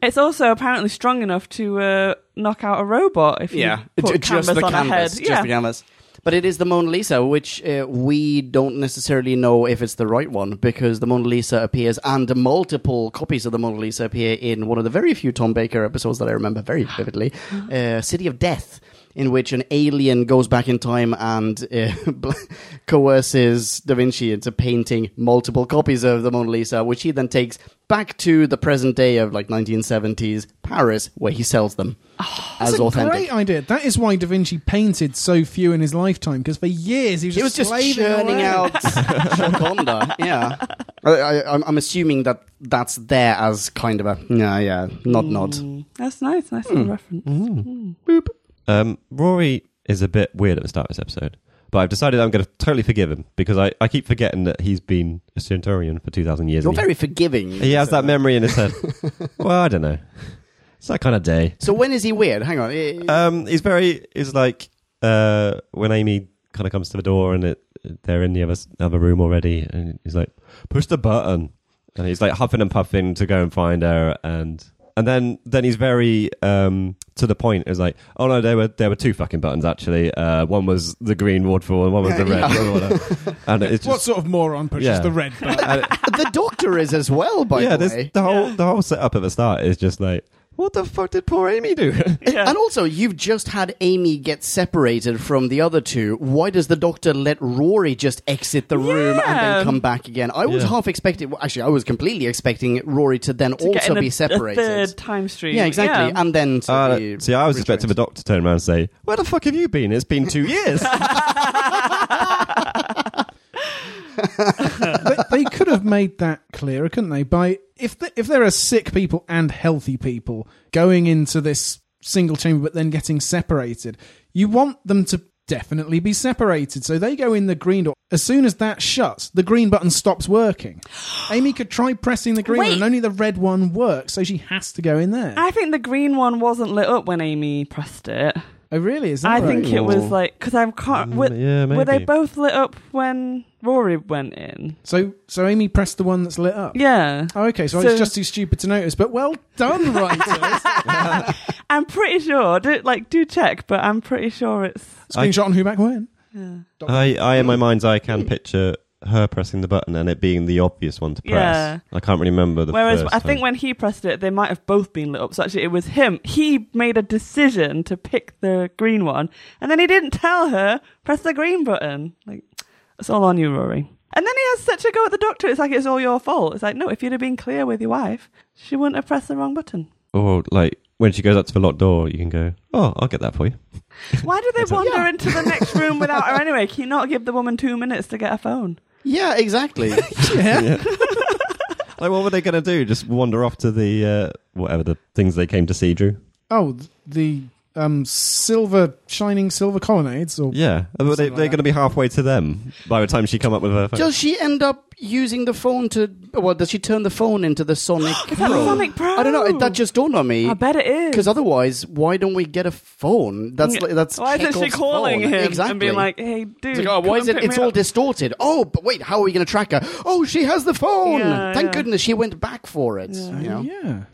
C: It's also apparently strong enough to uh, knock out a robot if you put
A: Ju-
C: canvas on a head.
A: Just
C: yeah.
A: the canvas. But it is the Mona Lisa, which uh, we don't necessarily know if it's the right one because the Mona Lisa appears and multiple copies of the Mona Lisa appear in one of the very few Tom Baker episodes that I remember very vividly uh, City of Death, in which an alien goes back in time and uh, coerces Da Vinci into painting multiple copies of the Mona Lisa, which he then takes back to the present day of like 1970s Paris, where he sells them as
C: Oh,
B: That's a
A: authentic.
B: Great idea. That is why Da Vinci painted so few in his lifetime because for years he was
A: He
B: just,
A: was just
B: slaving
A: churning
B: away.
A: out Gioconda. Yeah, I, I, I'm- I'm assuming that that's there as kind of a yeah, yeah, nod, nod.
C: Mm. That's nice.
A: Mm-hmm.
C: Nice little reference.
D: Um, Rory is a bit weird at the start of this episode, But I've decided I'm going to totally forgive him because I, I keep forgetting that he's been a centurion for 2,000 years.
A: You're
D: and he-
A: very forgiving.
D: he has that memory in his head. well, I don't know. It's that kind of day.
A: So when is he weird? Hang on. Eh,
D: Um, he's very. He's like uh, when Amy kind of comes to the door and it, they're in the other other room already, and he's like, "Push the button," and he's like huffing and puffing to go and find her, and and then then he's very um, to the point. It's like, "Oh no, there were there were two fucking buttons actually. Uh, one was the green waterfall, and one was the red." waterfall." and it's
B: what
D: just
B: sort of moron pushes
D: Yeah.
B: the red button?
D: and-
A: the doctor is as well, by
D: yeah,
A: the
D: this,
A: way.
D: the whole the whole setup at the start is just like, what the fuck did poor Amy do?
C: Yeah.
A: And also, you've just had Amy get separated from the other two. Why does the doctor let Rory just exit the room and
C: Yeah.
A: then come back again? I was
D: Yeah.
A: half expecting, well, actually, I was completely expecting Rory to then
C: to get
A: also
C: in a,
A: be separated.
C: a third time stream.
A: yeah, exactly.
C: Yeah.
A: And then to
D: Uh,
A: be
D: see, I was expecting the
A: retraced.
D: doctor to turn around and say, "Where the fuck have you been? It's been two years."
B: they, they could have made that clearer, couldn't they? By if the, if there are sick people and healthy people going into this single chamber, but then getting separated, you want them to definitely be separated. So they go in the green door. As soon as that shuts, the green button stops working. Amy could try pressing the green one,
C: Wait.
B: and only the red one works. So she has to go in there.
C: I think the green one wasn't lit up when Amy pressed it.
B: oh, really? Is that
C: I
B: right?
C: think it
A: Ooh.
C: was like because I can't.
D: Mm,
C: Were,
D: yeah,
C: were they
D: maybe.
C: both lit up when Rory went in?
B: so. So Amy pressed the one that's lit up.
C: Yeah,
B: Oh, okay, so,
C: So-
B: it's just too stupid to notice, but well done, writers.
C: I'm pretty sure. Do, like, do check, but I'm pretty sure it's.
B: Screenshot on who back when.
C: Yeah.
D: I, I, in my mind's eye, can picture her pressing the button and it being the obvious one to press.
C: Yeah.
D: I can't really remember the.
C: Whereas
D: first
C: I think
D: time.
C: when he pressed it, they might have both been lit up. So actually, it was him. He made a decision to pick the green one, and then he didn't tell her press the green button. Like, it's all on you, Rory. And then he has such a go at the doctor. It's like it's all your fault. It's like no, if you'd have been clear with your wife, she wouldn't have pressed the wrong button.
D: or Oh, like when she goes up to the locked door, you can go, "Oh, I'll get that for you."
C: Why do they
D: That's it.
C: wander into the next room without her anyway? Can you not give the woman two minutes to get a phone?
A: Yeah, exactly.
B: Yeah.
D: Like, what were they going to do? Just wander off to the uh, whatever the things they came to see, Drew?
B: Oh, th- the um, silver shining silver colonnades, or
D: Yeah, But they,
B: Something like
D: they're
B: that.
D: going to be halfway to them by the time she come up with her. phone.
A: does she end up using the phone to. Well, does she turn the phone into the Sonic
C: Is that
A: Pro?
C: Sonic Pro?
A: I don't know. That just dawned on me.
C: I bet it is.
A: Because otherwise, why don't we get a phone? That's
C: Yeah.
A: like, that's
C: why isn't she
A: Chekhov's
C: calling
A: phone.
C: him
A: exactly.
C: and being like, "Hey, dude,
A: It's like, oh,
C: come
A: why is
C: and
A: it?
C: pick
A: It's
C: me
A: all
C: up."
A: distorted. Oh, but wait, how are we going to track her? Oh, she has the phone.
C: Yeah,
A: Thank
C: yeah.
A: goodness she went back for it.
C: Yeah.
A: you
B: yeah.
A: know?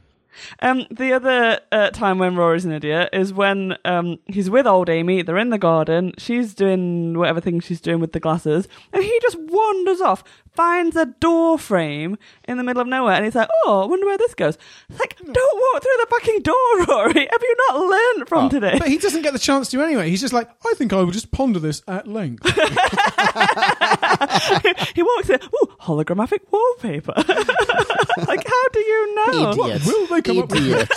C: Um, the other uh, time when Rory's an idiot is when um, he's with old Amy. They're in the garden. She's doing whatever thing she's doing with the glasses, and he just wanders off, finds a door frame in the middle of nowhere, and he's like, "Oh, I wonder where this goes." It's like, don't walk through the fucking door, Rory. Have you not learned from
A: Oh,
C: today?
B: But he doesn't get the chance to anyway. He's just like, I think I will just ponder this at length.
C: he walks in. Ooh, holographic wallpaper. like, how do you know?
A: Idiot.
B: will they come up with?
A: Idiot.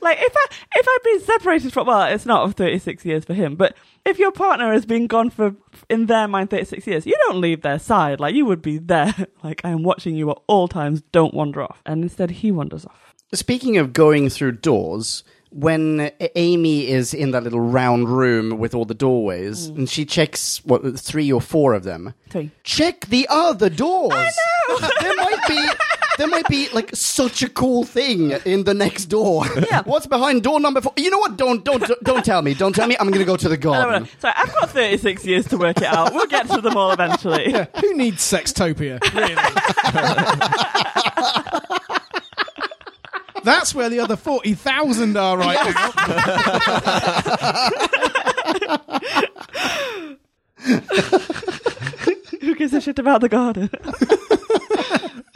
C: Like if I if I've been separated from well, it's not of thirty six years for him, but if your partner has been gone for in their mind thirty six years, you don't leave their side. Like you would be there. Like I am watching you at all times. Don't wander off. And instead, he wanders off.
A: Speaking of going through doors, when Amy is in that little round room with all the doorways, and she checks what three or four of them.
C: Mm. Three.
A: Check the other doors. there might be. There might be like such a cool thing in the next door.
C: Yeah.
A: What's behind door number four? You know what? Don't don't don't tell me. Don't tell me. I'm gonna go to the
C: I don't
A: garden.
C: know. Sorry, I've got thirty six years to work it out. We'll get to them all eventually.
B: Who needs sextopia? Really? That's where the other forty thousand are right now.
C: Who gives a shit about the garden?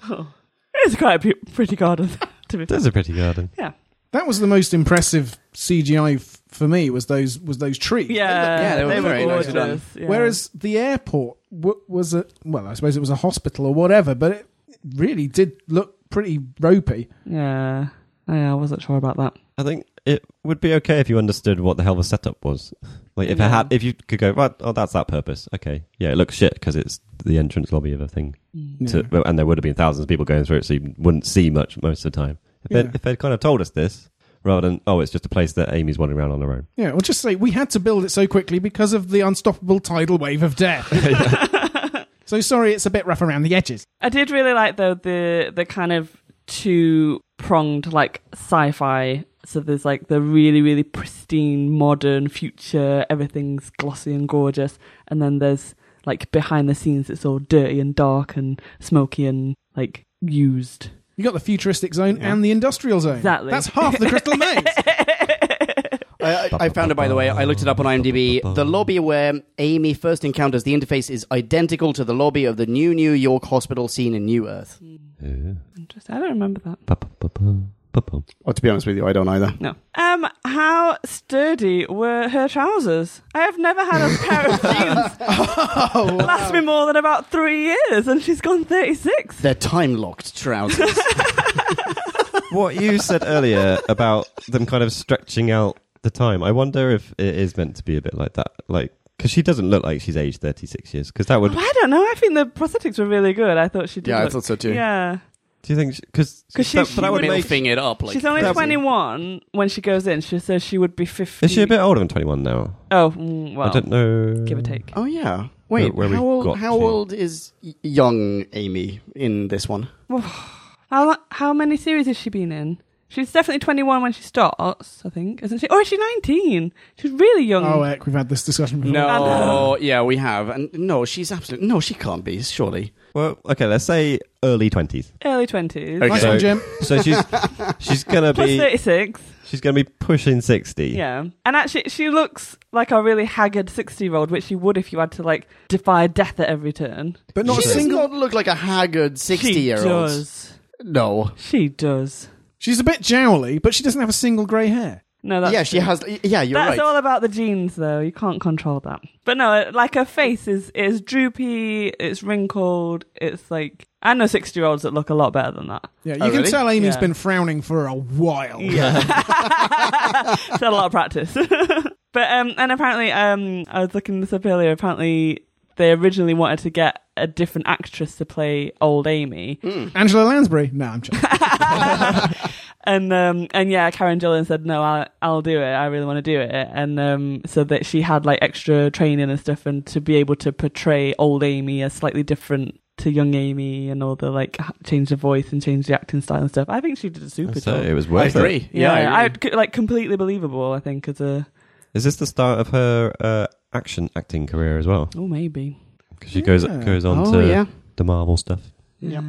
C: oh. It's quite a pu- pretty garden to be fair.
D: There's a pretty garden.
C: Yeah.
B: That was the most impressive CGI f- for me. Was those was those trees?
C: Yeah,
A: Yeah, they were
C: they were
A: very nice
C: gorgeous.
A: done.
C: yeah.
B: Whereas the airport w- was a well, I suppose it was a hospital or whatever, but it really did look pretty ropey.
C: yeah, yeah, I wasn't sure about that.
D: I think it would be okay if you understood what the hell the setup was. Like if I had, if you could go, right, oh, that's that purpose. Okay, yeah, it looks shit because it's the entrance lobby of a thing,
C: Hmm.
D: to, well, and there would have been thousands of people going through it, so you wouldn't see much most of the time. If,
B: Yeah.
D: they'd, if they'd kind of told us this rather than oh, it's just a place that Amy's wandering around on her own.
B: Yeah, well, just say we had to build it so quickly because of the unstoppable tidal wave of death. so sorry, it's a bit rough around the edges.
C: I did really like though the the kind of two pronged like sci-fi. So there's like the really really pristine modern future, everything's glossy and gorgeous, and then there's like behind the scenes it's all dirty and dark and smoky and like used.
B: You got the futuristic zone and the industrial zone.
C: Exactly.
B: That's half the crystal maze.
A: I, I- I found it, by the way. I looked it up on IMDb. The lobby where Amy first encounters the interface is identical to the lobby of the new New York hospital seen in New Earth.
C: Interesting. I don't remember that.
D: Ba-ba-ba-ba-ba-bum.
A: Well, to be honest with you, I don't either.
C: No. Um, how sturdy were her trousers? I have never had a pair of jeans
D: Oh.
C: last me more than about three years, and she's gone thirty-six.
A: They're time locked trousers.
D: what you said earlier about them kind of stretching out the time, I wonder if it is meant to be a bit like that. Like, because she doesn't look like she's aged 36 years. Because that would.
C: Well, I don't know. I think the prosthetics were really good. I thought she did.
A: Yeah, I
C: look-
A: thouuld so too.
C: Yeah,
D: Do you think. Because
C: 'Cause she-
D: that,
C: she
D: but that would
C: would-
D: make.
A: Milfing it up. Like,
C: she's only
D: that's-
C: twenty-one when she goes in. She says she would be fifty.
D: Is she a bit older than 21 now?
C: Oh, mm, well,
D: I don't know.
C: give or take.
A: Oh yeah. Wait,
D: where we
A: how old?
D: got
A: How
D: to.
A: old is y- young Amy in this one?
C: How lo- how many series has she been in? She's definitely twenty-one when she starts. I think, isn't she? Or is she nineteen? She's really young.
D: eh.
B: oh, Eric, we've had this discussion before.
A: No, Oh, yeah, we have, and no, she's absolutely no, she can't be surely.
D: Well, okay, let's say early 20s.
C: Early twenties.
A: Okay.
B: Nice
D: So-
B: one, Jim.
D: So she's she's gonna
C: Plus
D: be
C: thirty-six.
D: she's gonna be pushing sixty.
C: Yeah. And actually, she looks like a really haggard 60 year old, which she would if you had to, like, defy death at every turn.
B: But not
A: she
B: a
A: does
B: single.
A: not look like a haggard
C: she
A: sixty-year-old.
C: does.
A: No,
C: She does.
B: She's a bit jowly, but she doesn't have a single grey hair.
C: No, that's.
A: yeah, she has. Yeah, you're right.
C: That's all about the genes, though. You can't control that. But no, like her face is is droopy, it's wrinkled, it's like I know sixty year olds that look a lot better than that.
B: Yeah, you
A: Oh,
B: can
A: really?
B: tell Amy's
C: Yeah.
B: been frowning for a while.
C: It's had a lot of practice. but um, and apparently, um, I was looking this up earlier. Apparently, they originally wanted to get a different actress to play old Amy,
B: Angela Lansbury. No, I'm joking.
C: and um and yeah karen gillan said no i'll, I'll do it i really want to do it and um so that she had like extra training and stuff and to be able to portray old amy as slightly different to young amy and all the like h- change the voice and change the acting style and stuff i think she did a super
D: So
C: job
D: it was
A: I
D: worth it.
A: agree.
C: yeah,
A: Yeah, I
C: I
A: agree.
C: c like completely believable i think as a
D: Is this the start of her uh, action acting career as well?
C: oh maybe
D: Because she goes
B: Yeah.
D: goes on
A: Oh
D: to
A: yeah.
D: the Marvel stuff.
A: Yep.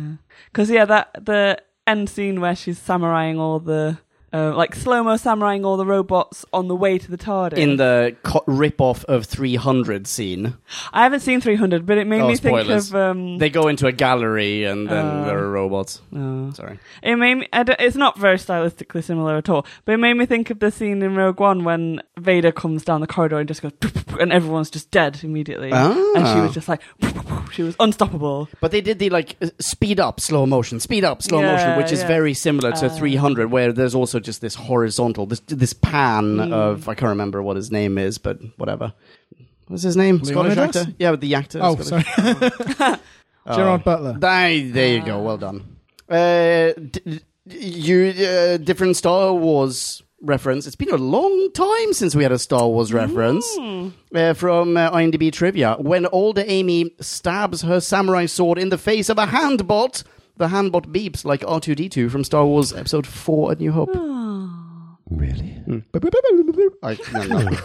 C: because yeah that the end scene where she's samuraiing all the uh, like slow mo samuraiing all the robots on the way to the TARDIS.
A: In the co- rip-off of 300 scene,
C: I haven't seen 300, but it made
A: Oh,
C: me think
A: spoilers.
C: of um,
A: they go into a gallery and then
C: Uh.
A: there are robots.
C: oh.
A: Sorry.
C: It made me, I don't- it's not very stylistically similar at all, but it made me think of the scene in Rogue One when Vader comes down the corridor and just goes, and everyone's just dead immediately.
A: Ah.
B: Ah.
C: And she was just like, she was unstoppable.
A: But they did the like uh, speed up, slow motion, speed up, slow
C: Yeah,
A: motion, which is
C: yeah.
A: very similar to
C: Uh,
A: 300, where there's also just this horizontal, this this pan
C: Mm.
A: of I can't remember what his name is, but whatever. What's his name?
B: Leonidas?
A: Scottish actor? Yeah, with the actor.
B: oh,
A: Scottish-
B: sorry.
A: Oh.
B: Gerard Butler.
A: There, there you go. Well done. Uh, d- d- you uh, different Star Wars reference. It's been a long time since we had a Star Wars reference uh, from uh, IMDb trivia. When older Amy stabs her samurai sword in the face of a handbot, the handbot beeps like R two D two from Star Wars Episode Four: A New Hope.
D: Really?
C: Hmm.
A: I, no, no.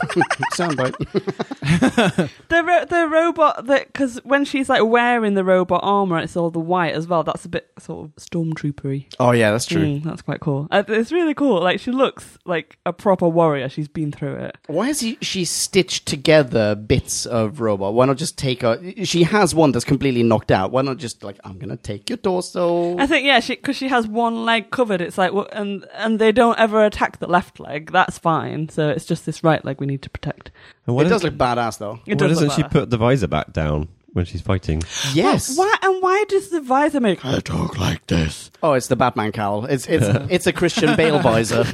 A: Soundbite.
C: The ro- the robot that because when she's like wearing the robot armor, it's all the white as well. That's a bit sort of stormtroopery.
A: Oh yeah, that's true.
C: Mm, that's quite cool. Uh, it's really cool. Like she looks like a proper warrior. She's been through it.
A: Why has he, she stitched together bits of robot? Why not just take her? She has one that's completely knocked out. Why not just like I'm gonna take your torso?
C: I think yeah, she because she has one leg covered. It's like wha- and and they don't ever attack the left leg. That's fine. So it's just this right leg we need to protect.
A: It
D: And why
A: does
D: does
A: look badass though.
C: It
D: why
C: does
D: doesn't
C: look
D: she
C: better.
D: put the visor back down when she's fighting?
A: Yes.
C: Why and why does the visor make?
E: I talk like this.
A: Oh, it's the Batman cowl. It's it's it's a Christian Bale visor.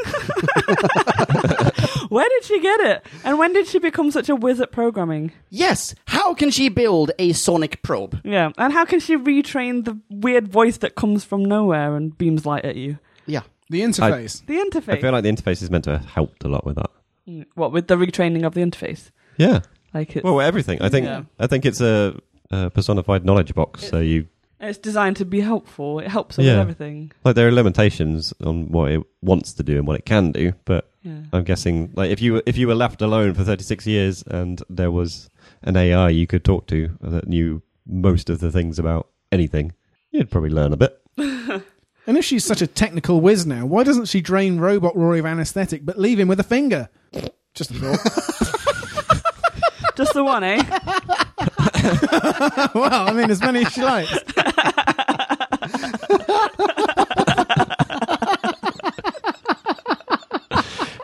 C: Where did she get it? And when did she become such a whiz at programming?
A: yes. How can she build a sonic probe?
C: Yeah, and how can she retrain the weird voice that comes from nowhere and beams light at you?
A: Yeah.
B: The interface.
C: The interface.
D: I feel like the interface is meant to have helped a lot with that.
C: Mm, what with the retraining of the interface?
D: Yeah.
C: Like it's
D: Well, everything. I think
C: Yeah.
D: I think it's a, a personified knowledge box. So you
C: it's designed to be helpful. It helps us
D: Yeah.
C: with everything.
D: like there are limitations on what it wants to do and what it can do, but
C: Yeah.
D: I'm guessing like if you if you were left alone for 36 years and there was an AI you could talk to that knew most of the things about anything, you'd probably learn a bit.
B: and if she's such a technical whiz now, why doesn't she drain robot Rory of anesthetic but leave him with a finger? Just a thought.
C: Just the one, eh?
B: well, I mean, as many as she likes.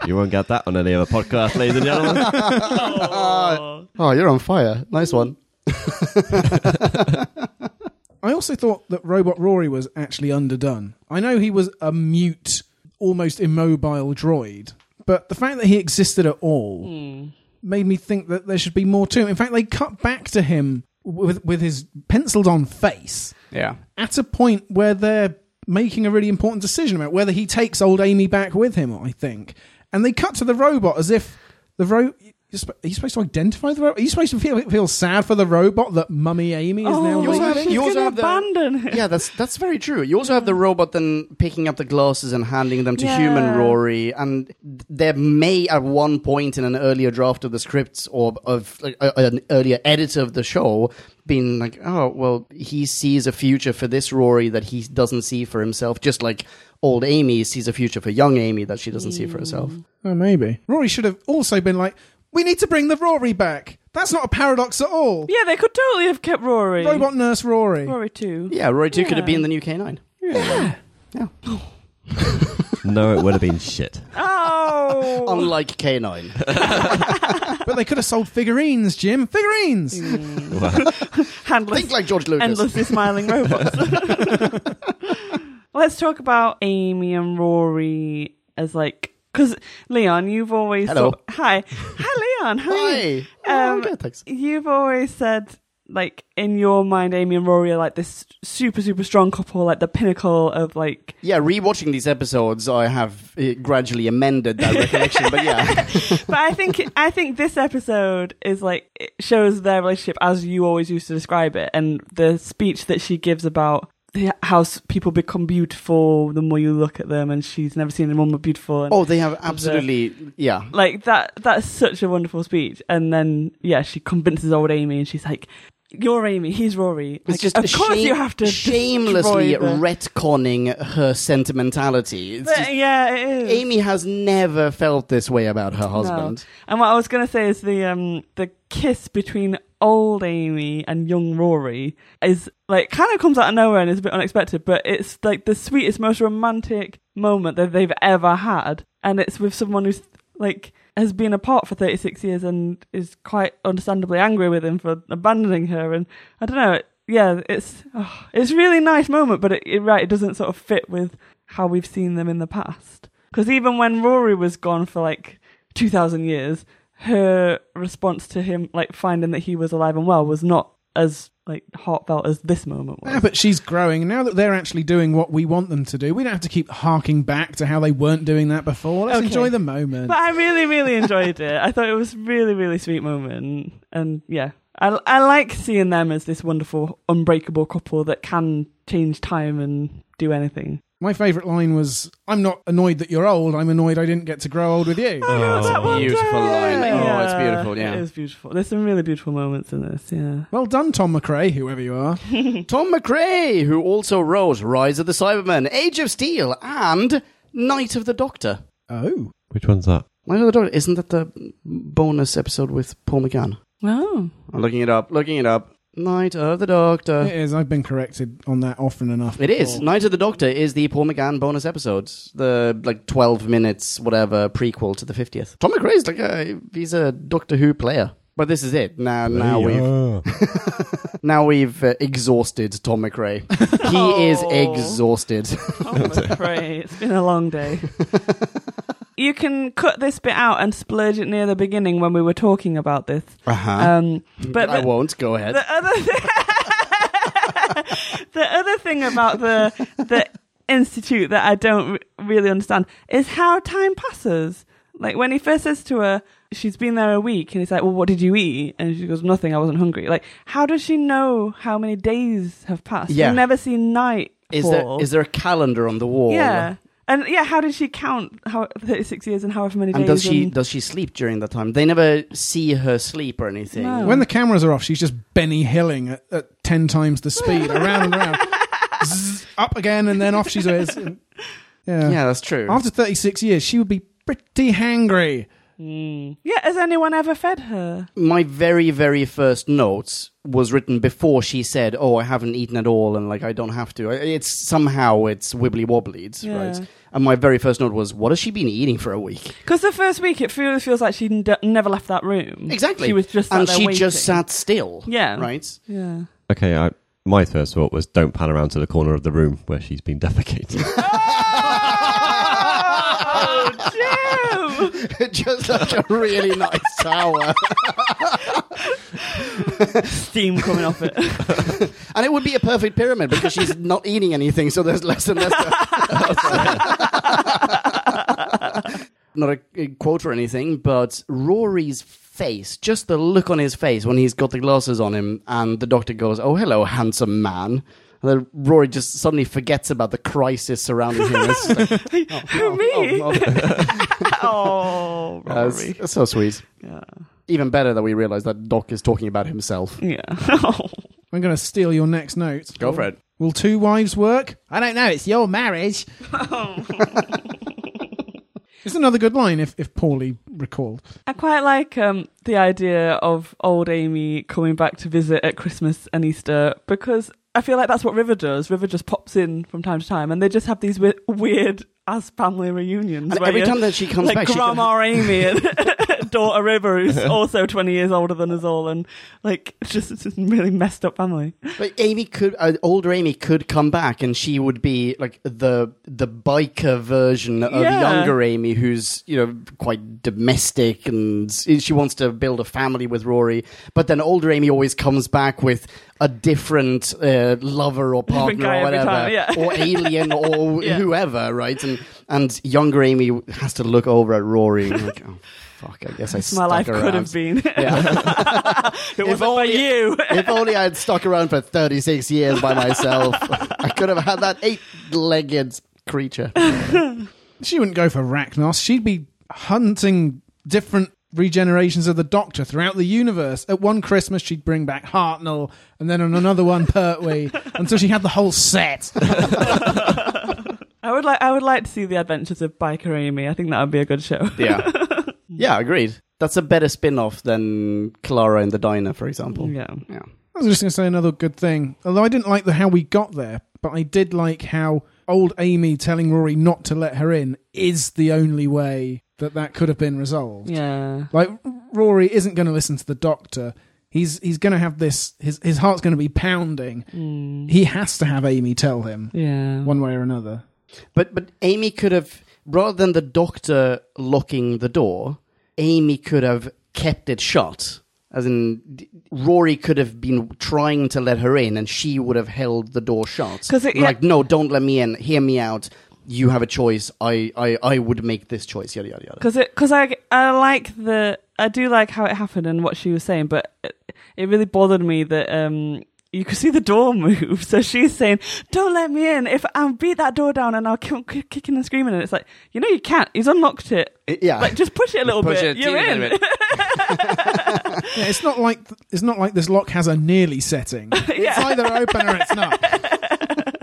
D: You won't get that on any other podcast, ladies and gentlemen.
C: Oh.
A: Oh, you're on fire. Nice one.
B: I also thought that Robot Rory was actually underdone. I know he was a mute, almost immobile droid, but the fact that he existed at all made me think that there should be more to him. In fact, they cut back to him with with his penciled on face
A: Yeah.
B: at a point where they're making a really important decision about whether he takes old Amy back with him, I think. And they cut to the robot as if the robot. Are you supposed to identify the robot? Are you supposed to feel, feel sad for the robot that Mummy Amy is now?
C: Oh,
A: You also
B: leaving?
A: have-
C: she's
A: you also
C: gonna
A: have the-
C: abandon it.
A: Yeah, that's that's very true. You also have the robot then picking up the glasses and handing them to
C: Yeah.
A: human Rory, and th- there may at one point in an earlier draft of the scripts or of like, a, an earlier editor of the show been like, oh well, he sees a future for this Rory that he doesn't see for himself, just like old Amy sees a future for young Amy that she doesn't see for herself.
B: Oh, maybe. Rory should have also been like, we need to bring the Rory back. That's not a paradox at all.
C: Yeah, they could totally have kept Rory.
B: Robot Nurse Rory.
C: Rory too.
A: Yeah, Rory too could have
C: Yeah.
A: been the new K nine.
D: no, it would have been shit.
C: Oh.
A: Unlike K nine.
B: But they could have sold figurines, Jim. Figurines!
C: Handless.
A: Think like George Lucas.
C: endlessly smiling robots. Let's talk about Amy and Rory as like because Leon, you've always
A: Hello.
C: sort- hi, hi Leon, hi.
A: Hi. Oh,
C: Um,
A: good, thanks.
C: You've always said like in your mind, Amy and Rory are like this super super strong couple, like the pinnacle of like
A: Yeah, rewatching these episodes, I have uh, gradually amended that recollection. But yeah,
C: but I think I think this episode is like it shows their relationship as you always used to describe it, and the speech that she gives about the- how s- people become beautiful the more you look at them, and she's never seen anyone more beautiful. And,
A: oh, they have absolutely, yeah,
C: like that that's such a wonderful speech. And then yeah, she convinces old Amy, and she's like. You're Amy. He's Rory.
A: It's
C: Like,
A: just
C: of
A: a
C: course
A: shame-
C: you have to
A: shamelessly
C: destroy the-
A: retconning her sentimentality. It's
C: But,
A: just,
C: yeah, it is.
A: Amy has never felt this way about her husband.
C: And what I was going to say is the um the kiss between old Amy and young Rory is like kind of comes out of nowhere and is a bit unexpected, but it's like the sweetest, most romantic moment that they've ever had, and it's with someone who's like has been apart for 36 years and is quite understandably angry with him for abandoning her and I don't know it, yeah it's oh, it's a really nice moment but it, it right it doesn't sort of fit with how we've seen them in the past because even when Rory was gone for like two thousand years, her response to him, like finding that he was alive and well, was not as like heartfelt as this moment
B: Ah,
C: was.
B: but she's growing. Now that they're actually doing what we want them to do, we don't have to keep harking back to how they weren't doing that before. Let's
C: Okay.
B: enjoy the moment.
C: But I really, really enjoyed it. I thought it was really, really sweet moment, and yeah, I I like seeing them as this wonderful, unbreakable couple that can change time and do anything.
B: My favourite line was, I'm not annoyed that you're old, I'm annoyed I didn't get to grow old with you.
C: Oh, God,
D: it's a
C: that one
A: beautiful
C: down.
A: line. Oh, it's beautiful, yeah.
C: it is beautiful. There's some really beautiful moments in this. Yeah.
B: Well done, Tom McRae, whoever you are.
A: Tom McRae, who also wrote Rise of the Cybermen, Age of Steel, and Night of the Doctor.
B: Oh.
D: Which one's that?
A: Night of the Doctor, isn't that the bonus episode with Paul McGann?
C: Wow.
A: I'm looking it up, looking it up. Night of the Doctor.
B: It is. I've been corrected on that often enough.
A: It is.
B: before.
A: Night of the Doctor is the Paul McGann bonus episode, the like twelve minutes, whatever prequel to the fiftieth. Tom McRae's like a he's a Doctor Who player, but this is it. Now, now we've now we've uh, exhausted Tom McRae. He is
C: Oh.
A: exhausted.
C: Oh, I'm afraid. It's been a long day. you can cut this bit out and splurge it near the beginning when we were talking about this.
A: Uh-huh.
C: Um, but
A: I
C: the,
A: won't. Go ahead.
C: the other the other thing about the the institute that I don't re- really understand is how time passes. Like when he first says to her, she's been there a week, and he's like, "Well, what did you eat?" And she goes, "Nothing. I wasn't hungry." Like, how does she know how many days have passed?
A: Yeah.
C: We've never seen night.
A: Is there is there a calendar on the wall?
C: Yeah. And yeah, how did she count how 36 years and however many
A: And
C: days?
A: does she
C: and-
A: does she sleep during that time? They never see her sleep or anything.
C: No.
B: When the cameras are off, she's just Benny Hilling at, at 10 times the speed, around and round. Zzz, up again, and then off she goes. Yeah.
A: Yeah, that's true.
B: After 36 years, she would be pretty hangry.
C: Hmm. yeah, has anyone ever fed her?
A: My very very first notes was written before she said, "Oh, I haven't eaten at all, and like I don't have to." I- It's somehow it's wibbly wobblied,
C: Yeah.
A: right? And my very first note was, "What has she been eating for a week?"
C: Because the first week, it feels, feels like she n- never left that room.
A: Exactly.
C: She was just sat
A: and
C: there
A: she
C: waiting.
A: just sat still.
C: Yeah.
A: Right.
C: Yeah.
D: Okay, I, my first thought was don't pan around to the corner of the room where she's been defecated.
C: Oh, Jim!
A: just like a really nice tower.
C: Steam coming off it.
A: And it would be a perfect pyramid because she's not eating anything, so there's less and less. not a, a quote or anything, but Rory's face, just the look on his face when he's got the glasses on him, and the doctor goes, "Oh, hello, handsome man." And then Rory just suddenly forgets about the crisis surrounding him. It's just like,
C: For me?
A: oh, oh.
C: Oh,
A: That's,
C: Rory.
A: that's so sweet.
C: Yeah.
A: Even better that we realize that Doc is talking about himself.
C: Yeah. Oh.
B: I'm going to steal your next note.
A: Go for it.
B: Will two wives work? I don't know. It's your marriage.
C: Oh.
B: it's another good line, if, if poorly recalled.
C: I quite like um, the idea of old Amy coming back to visit at Christmas and Easter because I feel like that's what River does. River just pops in from time to time, and they just have these we- weird as family reunions.
A: And
C: where
A: every
C: you-
A: time that she comes
C: like
A: back, she-
C: Grandma Amy and daughter River, who's also twenty years older than us all, and like it's just it's just a really messed up family.
A: But Amy could, uh, older Amy could come back, and she would be like the the biker version of
C: Yeah.
A: younger Amy, who's you know quite domestic and she wants to build a family with Rory. But then older Amy always comes back with a different uh, lover or partner
C: guy
A: or
C: every
A: whatever,
C: time, yeah.
A: or alien or
C: Yeah.
A: whoever, right? And and younger Amy has to look over at Rory and like, oh fuck, I guess I
C: My
A: stuck
C: life could
A: around."
C: have been. it
A: Yeah.
C: was for
A: only-
C: you.
A: if only I'd stuck around for 36 years by myself, I could have had that eight legged creature.
B: She wouldn't go for Rachnos. She'd be hunting different regenerations of the Doctor throughout the universe. At one Christmas, she'd bring back Hartnell, and then on another one, Pertwee, until she had the whole set.
C: I would like I would like to see the adventures of biker Amy. I think that would be a good show.
A: Yeah. Yeah, agreed. That's a better spin off than Clara in the Diner, for example.
C: Yeah.
A: Yeah.
B: I was just going to say another good thing. Although I didn't like the how we got there, but I did like how old Amy telling Rory not to let her in is the only way that that could have been resolved.
C: Yeah.
B: Like Rory isn't going to listen to the doctor. He's he's going to have this. His his heart's going to be pounding.
C: Hmm.
B: He has to have Amy tell him
C: Yeah.
B: one way or another.
A: But, but Amy could have, rather than the doctor locking the door, Amy could have kept it shut. As in, d- Rory could have been trying to let her in and she would have held the door shut.
C: 'Cause it- yeah.
A: like, no, don't let me in. Hear me out. You have a choice. I, I, I would make this choice. Yada, yada, yada.
C: because it because I I like the I do like how it happened and what she was saying, but it, it really bothered me that um you could see the door move. So she's saying, "Don't let me in. If I'll beat that door down and I'll keep k- kicking and screaming." And it's like, you know, you can't. He's unlocked it.
A: Yeah.
C: Like just push it a little
A: Ah. Push it
C: bit.
A: a
C: You're
A: teeny
C: in.
A: little bit.
B: Yeah, it's not like it's not like this lock has a nearly setting. It's either open or it's not.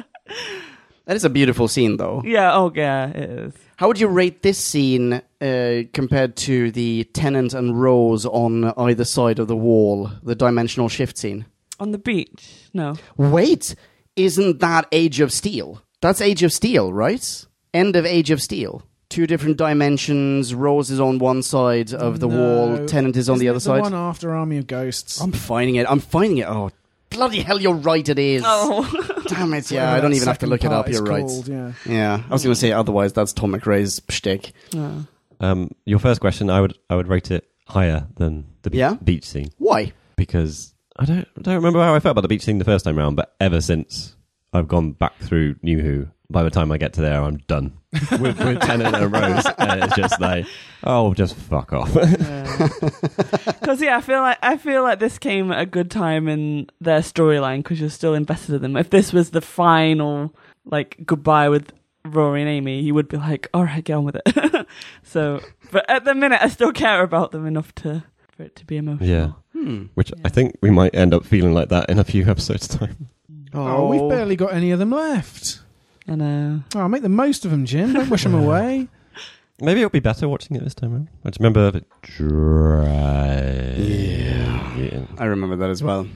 A: That is a beautiful scene, though.
C: yeah. Oh yeah. It is.
A: How would you rate this scene uh, compared to the tenant and Rose on either side of the wall, the dimensional shift scene?
C: On the beach. No.
A: Wait, isn't that Age of Steel? That's Age of Steel, right? End of Age of Steel. Two different dimensions. Rose is on one side of the
B: No.
A: wall. Tenant is on the
B: Isn't
A: other side.
B: it One after Army of Ghosts.
A: I'm finding it. I'm finding it. Oh, bloody hell! You're right. It is.
C: Oh.
A: Damn it! Yeah,
B: Whatever
A: I don't
B: that
A: even have to
B: second
A: look it
B: part
A: up.
B: is
A: You're
B: called,
A: right.
B: yeah.
A: Yeah, I was going to say otherwise. That's Tom McRae's shtick.
C: No.
D: um, your first question, I would I would rate it higher than the be-
A: Yeah?
D: beach scene
A: Why?
D: because I don't I don't remember how I felt about the beach scene the first time round, but ever since I've gone back through New Who by the time I get to there, I'm done with, with Tennant and Rose. And it's just like, oh, just fuck off.
C: Because yeah, I feel like I feel like this came at a good time in their storyline because you're still invested in them. If this was the final like goodbye with Rory and Amy, you would be like, all right, get on with it. so, but at the minute, I still care about them enough to for it to be emotional.
D: yeah.
A: Hmm.
D: Which
C: Yeah.
D: I think we might end up feeling like that in a few episodes' time.
B: Oh, we've barely got any of them left.
C: I know.
B: Oh, make the most of them, Jim. Don't wish them away.
D: Maybe it'll be better watching it this time around. I just remember the dry. Yeah.
A: I remember that as well.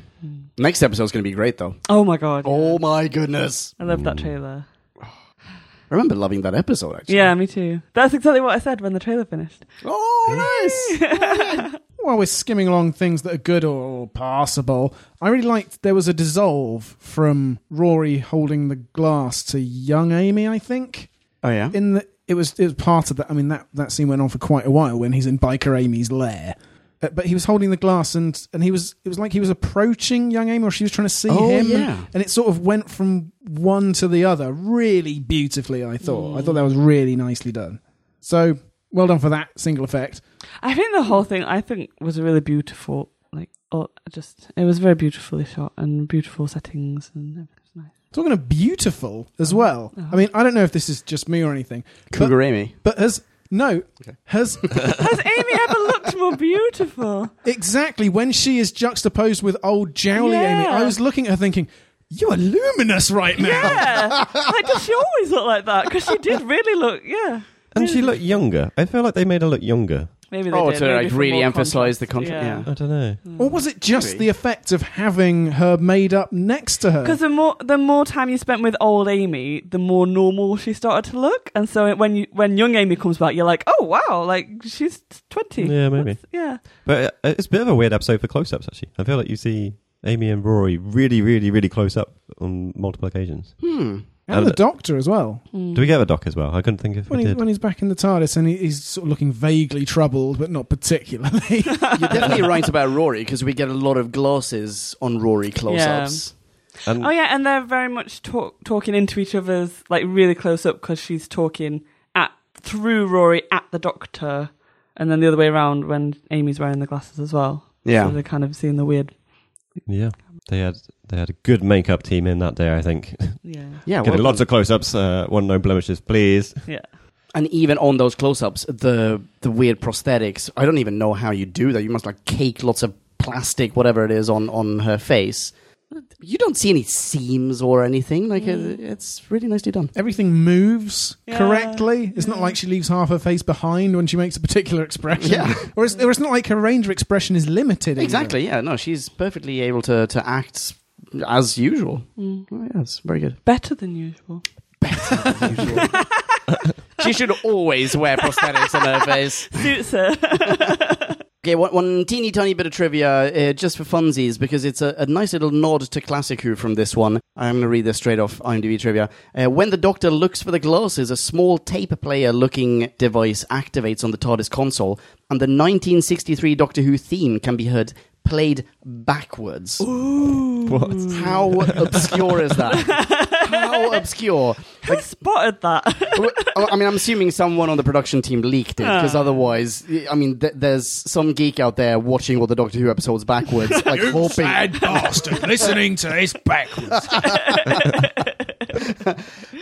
A: Next episode's going to be great, though.
C: mm. Oh my god. yeah.
A: Oh my goodness!
C: I love that trailer.
A: I remember loving that episode actually.
C: Yeah, me too. That's exactly what I said when the trailer finished.
A: Oh, nice.
B: While we're skimming along things that are good or passable, I really liked there was a dissolve from Rory holding the glass to young Amy, I think.
A: Oh yeah.
B: in the it was it was part of that. I mean that that scene went on for quite a while when he's in biker Amy's lair, uh, but he was holding the glass and and he was it was like he was approaching young Amy or she was trying to see
A: Oh,
B: him.
A: yeah.
B: And, and it sort of went from one to the other really beautifully. I thought I thought that was really nicely done. So well done for that single effect.
C: I think the whole thing I think was really beautiful. Like, oh, just it was very beautifully shot and beautiful settings and everything was nice.
B: Talking of beautiful as well.
C: Oh.
B: I mean I don't know if this is just me or anything, but,
A: Cougar Amy.
B: but has no has
C: Has Amy ever looked more beautiful?
B: Exactly. When she is juxtaposed with old Jowly
C: Yeah.
B: Amy, I was looking at her thinking, you are luminous right now.
C: Yeah. Like, does she always look like that? Because she did really look, yeah.
D: And she looked younger. I feel like they made her look younger.
C: Maybe they
A: Oh,
C: did.
A: to,
C: maybe
A: like,
C: for
A: really
C: more
A: emphasize the contra- yeah.
D: I don't know.
B: Or was it just
A: Maybe.
B: the effect of having her made up next to
D: Uh.
B: her?
C: Because the more the more time you spent with old Amy, the more normal she started to look, and so it- when you when young Amy comes back, you're like, oh wow, like she's twenty.
D: Yeah, maybe.
C: That's- yeah,
D: But it- it's a bit of a weird episode for close ups, actually. I feel like you see Amy and Rory really, really, really close up on multiple occasions.
A: Hmm.
B: and the doctor as well.
D: Do we get a doc as well? I couldn't think if
B: When,
D: we
B: he,
D: did.
B: when he's back in the TARDIS and he, he's sort of looking vaguely troubled, but not particularly.
A: You're definitely right about Rory because we get a lot of glasses on Rory close-ups.
D: and
C: Oh yeah, and they're very much talk- talking into each other's like really close up because she's talking at through Rory at the doctor, and then the other way around when Amy's wearing the glasses as well.
A: Yeah.
C: so they're kind of seeing the weird.
D: yeah, they had they had a good makeup team in that day. I think
C: Yeah,
A: Yeah,
D: getting
A: well
D: lots of close ups. Uh, one no blemishes, please.
C: yeah.
A: and even on those close-ups, the the weird prosthetics. I don't even know how you do that. You must like cake lots of plastic, whatever it is, on on her face. You don't see any seams or anything. Like it, it's really nicely done.
B: Everything moves
C: Yeah.
B: correctly. It's not like she leaves half her face behind when she makes a particular expression.
A: Yeah.
B: Or, it's, or it's not like her range of expression is limited. either.
A: Exactly. Yeah. No, she's perfectly able to to act as usual. Oh, yes, very good.
C: Mm. Better than usual.
A: she should always wear prosthetics on her face.
C: Suits her.
A: Okay, one, one teeny tiny bit of trivia, uh, just for funsies, because it's a, a nice little nod to Classic Who from this one. I'm going to read this straight off IMDb trivia. Uh, when the Doctor looks for the glasses, a small tape player looking device activates on the TARDIS console, and the 1963 Doctor Who theme can be heard played backwards.
D: What?
A: How obscure is that? How obscure?
C: Who spotted that?
A: Well, I mean, I'm assuming someone on the production team leaked it
C: Ah.
A: because otherwise, I mean, th- there's some geek out there watching all the Doctor Who episodes backwards, like hoping.
B: bastard listening to this backwards.
A: But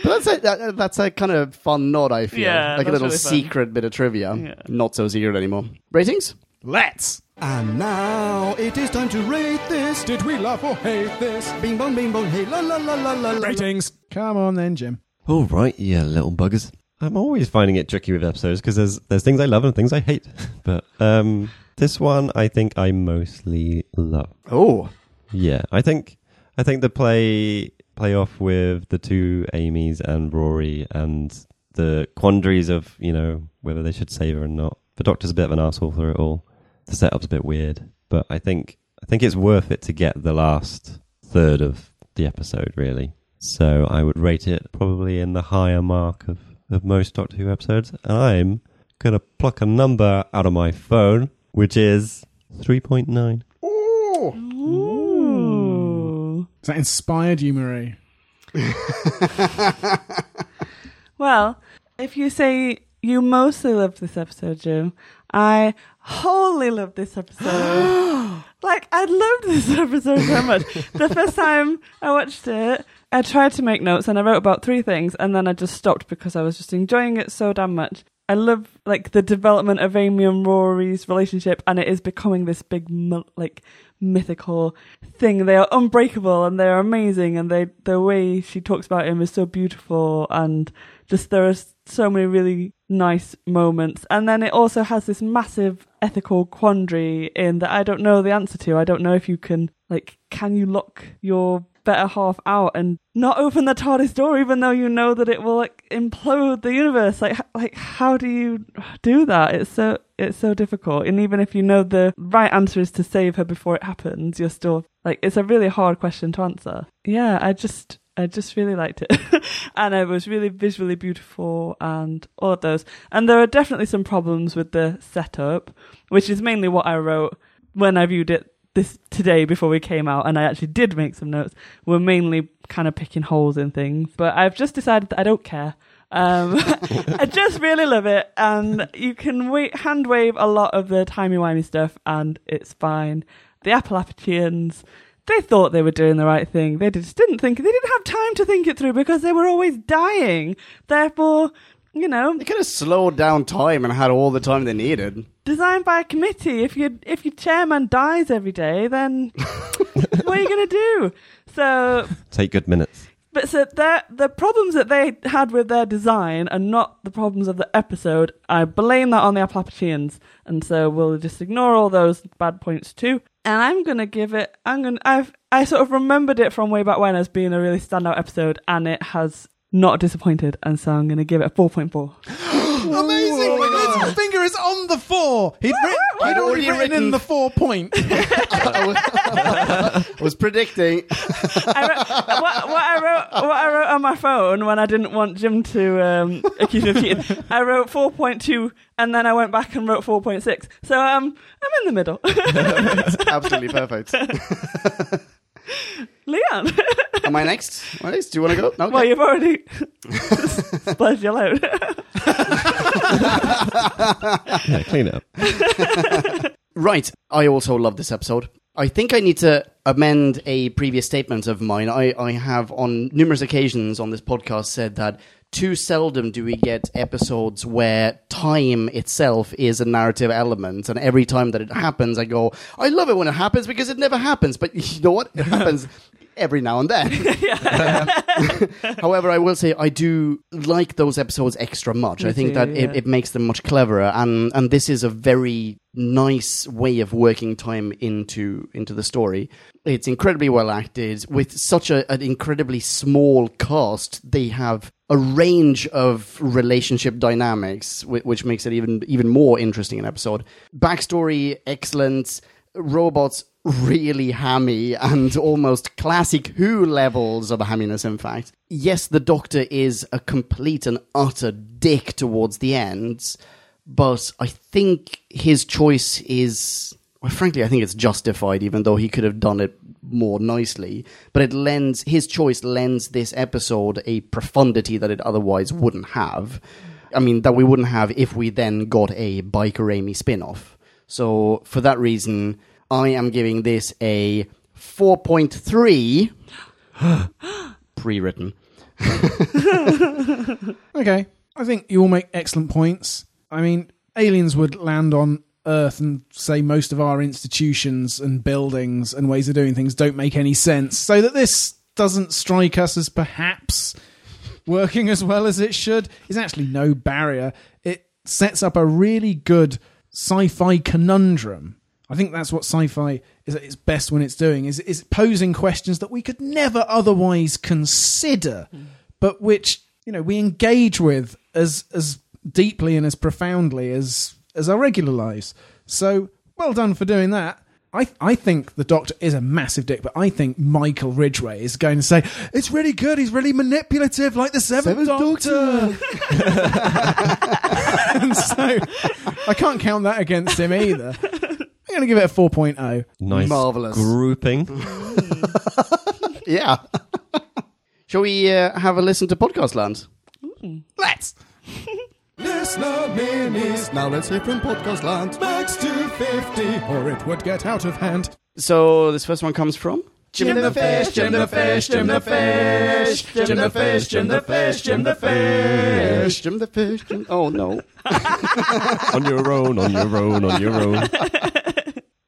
A: that's a that, that's a kind of fun nod. I feel
C: Yeah,
A: like a
C: that's
A: little
C: really fun.
A: secret bit of trivia,
C: Yeah.
A: not so secret anymore. Ratings?
B: Let's.
E: And now it is time to rate this.
B: Did we love or hate this?
E: Bing bong bing bong hey la la la la la. la.
B: Ratings. Come on then, Jim.
D: All right, yeah, little buggers. I'm always finding it tricky with episodes because there's there's things I love and things I hate. But um, this one, I think I mostly love.
A: Oh,
D: Yeah, I think I think the play play off with the two Amy's and Rory and the quandaries of you know whether they should save her or not. The Doctor's a bit of an asshole for it all. The setup's a bit weird, but I think I think it's worth it to get the last third of the episode really. So I would rate it probably in the higher mark of of most Doctor Who episodes, and I'm gonna pluck a number out of my phone, which is three point nine.
C: Ooh.
B: Has that inspired you, Marie?
C: Well, if you say you mostly love this episode, Jim, I wholly love this episode. like, I loved this episode so much. the first time I watched it, I tried to make notes and I wrote about three things and then I just stopped because I was just enjoying it so damn much. I love like the development of Amy and Rory's relationship and it is becoming this big mu- like mythical thing. They are unbreakable and they're amazing and they the way she talks about him is so beautiful and just there are s- so many really nice moments. And then it also has this massive ethical quandary in that I don't know the answer to. I don't know if you can like can you lock your better half out and not open the TARDIS door even though you know that it will like implode the universe like h- like how do you do that it's so it's so difficult and even if you know the right answer is to save her before it happens you're still like it's a really hard question to answer yeah I just I just really liked it and it was really visually beautiful and all of those and there are definitely some problems with the setup which is mainly what I wrote when I viewed it this today before we came out and I actually did make some notes were mainly kind of picking holes in things but I've just decided that I don't care um, I just really love it and you can wait, hand wave a lot of the timey-wimey stuff and it's fine the Appalachians they thought they were doing the right thing. They just didn't think, they didn't have time to think it through because they were always dying. Therefore, you know,
A: They could have slowed down time and had all the time they needed.
C: designed by a committee. If your if your chairman dies every day, then what are you going to do? So,
D: Take good minutes.
C: but so their the problems that they had with their design are not the problems of the episode. I blame that on the Appalachians, and so we'll just ignore all those bad points too. And I'm gonna give it. I'm gonna. I've I sort of remembered it from way back when as being a really standout episode, and it has not disappointed. And so I'm gonna give it a four point four.
B: Amazing! His finger is on the four. He'd, writ- he'd already written, in the four point.
A: I was, I was predicting.
C: I wrote, what, what I wrote, what I wrote on my phone when I didn't want Jim to um, accuse me of cheating. I wrote four point two, and then I went back and wrote four point six. So um, I'm in the middle.
A: Absolutely perfect.
C: Leon,
A: Am I next? Am I next? Do you want to go? No,
C: well,
A: okay.
C: you've already splurged your load.
D: Yeah, clean it up.
A: Right. I also love this episode. I think I need to amend a previous statement of mine. I, I have on numerous occasions on this podcast said that too seldom do we get episodes where time itself is a narrative element. And every time that it happens, I go, I love it when it happens because it never happens. But you know what? It happens every now and then. However, I will say I do like those episodes extra much.
C: Me
A: I think
C: too,
A: that
C: yeah.
A: it, it makes them much cleverer, and and this is a very nice way of working time into into the story. It's incredibly well acted with such a, an incredibly small cast. They have a range of relationship dynamics, whi- which makes it even even more interesting an episode. Backstory excellent. Robots really hammy and almost classic Who levels of hamminess, in fact. Yes, the Doctor is a complete and utter dick towards the end, but I think his choice is. Well, frankly, I think it's justified, even though he could have done it more nicely. But it lends his choice lends this episode a profundity that it otherwise wouldn't have. I mean, that we wouldn't have if we then got a Biker Amy spin off. So for that reason, I am giving this a 4.3 pre-written.
B: okay, I think you all make excellent points. I mean, aliens would land on Earth and say most of our institutions and buildings and ways of doing things don't make any sense. So that this doesn't strike us as perhaps working as well as it should is actually no barrier. It sets up a really good sci-fi conundrum. I think that's what sci-fi is at its best when it's doing is is posing questions that we could never otherwise consider, but which you know we engage with as as deeply and as profoundly as as our regular lives. So well done for doing that. I, I think the Doctor is a massive dick, but I think Michael Ridgway is going to say, It's really good, he's really manipulative, like the Seventh, Doctor. and so I can't count that against him either. I'm going to give it a oh. 4.0.
D: Nice.
A: Marvellous.
D: Grouping.
A: Yeah. Shall we uh, have a listen to Podcast Land?
B: Let's.
E: Listener minis. Now let's hear from podcast land. Max to 50.
B: Or it would get out of hand.
A: So this first one comes from
E: Jim the fish, Jim the fish, Jim the fish, Jim the fish, Jim the fish, Jim the fish.
A: Fish, Jim the fish. Jim- Oh no.
D: on your own, on your own, on your own.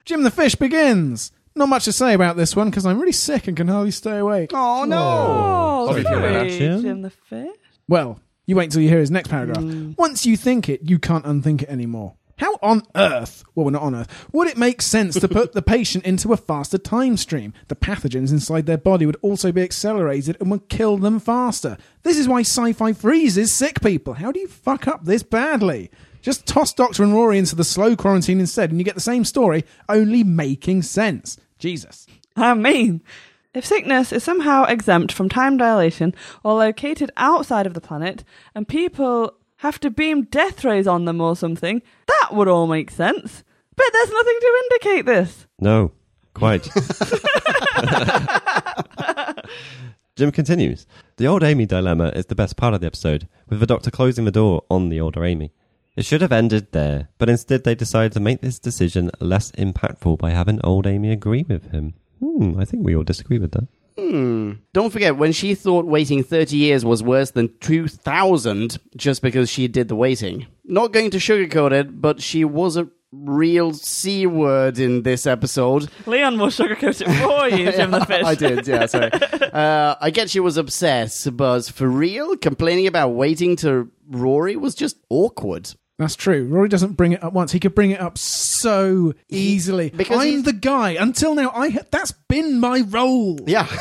B: Jim the Fish begins. Not much to say about this one because I'm really sick and can hardly stay awake.
A: Oh no.
C: Oh,
D: Sorry,
C: sorry,
D: Jim.
C: Jim the Fish.
B: Well, you wait till you hear his next paragraph. Once you think it, you can't unthink it anymore. How on earth, well, we're not on earth, would it make sense to put the patient into a faster time stream? The pathogens inside their body would also be accelerated and would kill them faster. This is why sci fi freezes sick people. How do you fuck up this badly? Just toss Doctor and Rory into the slow quarantine instead, and you get the same story, only making sense. Jesus.
C: I mean, if sickness is somehow exempt from time dilation or located outside of the planet and people have to beam death rays on them or something, that would all make sense. But there's nothing to indicate this.
D: No, quite. Jim continues. The old Amy dilemma is the best part of the episode, with the doctor closing the door on the older Amy. It should have ended there, but instead they decided to make this decision less impactful by having old Amy agree with him. Hmm, I think we all disagree with that.
A: Don't forget when she thought waiting 30 years was worse than 2000 just because she did the waiting. Not going to sugarcoat it, but she was a real C word in this episode.
C: Leon will sugarcoat it for you, Jim the Fish.
A: I did, yeah, sorry. Uh, I get she was obsessed, but for real, complaining about waiting to Rory was just awkward.
B: That's true. Rory doesn't bring it up once. He could bring it up so easily.
A: because
B: I'm
A: he's-
B: the guy. Until now, I ha- that's been my role.
A: Yeah.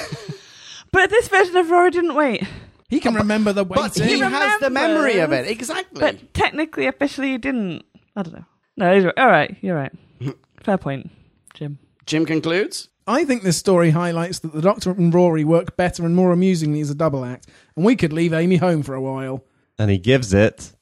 C: But this version of Rory didn't wait.
B: He can remember the waiting.
A: But he has the memory of it.
C: remembers.
A: Exactly.
C: But technically, officially, he didn't. I don't know. No, he's right. all right. You're right. Fair point, Jim.
A: Jim concludes.
B: I think this story highlights that the Doctor and Rory work better and more amusingly as a double act, and we could leave Amy home for a while.
D: And he gives it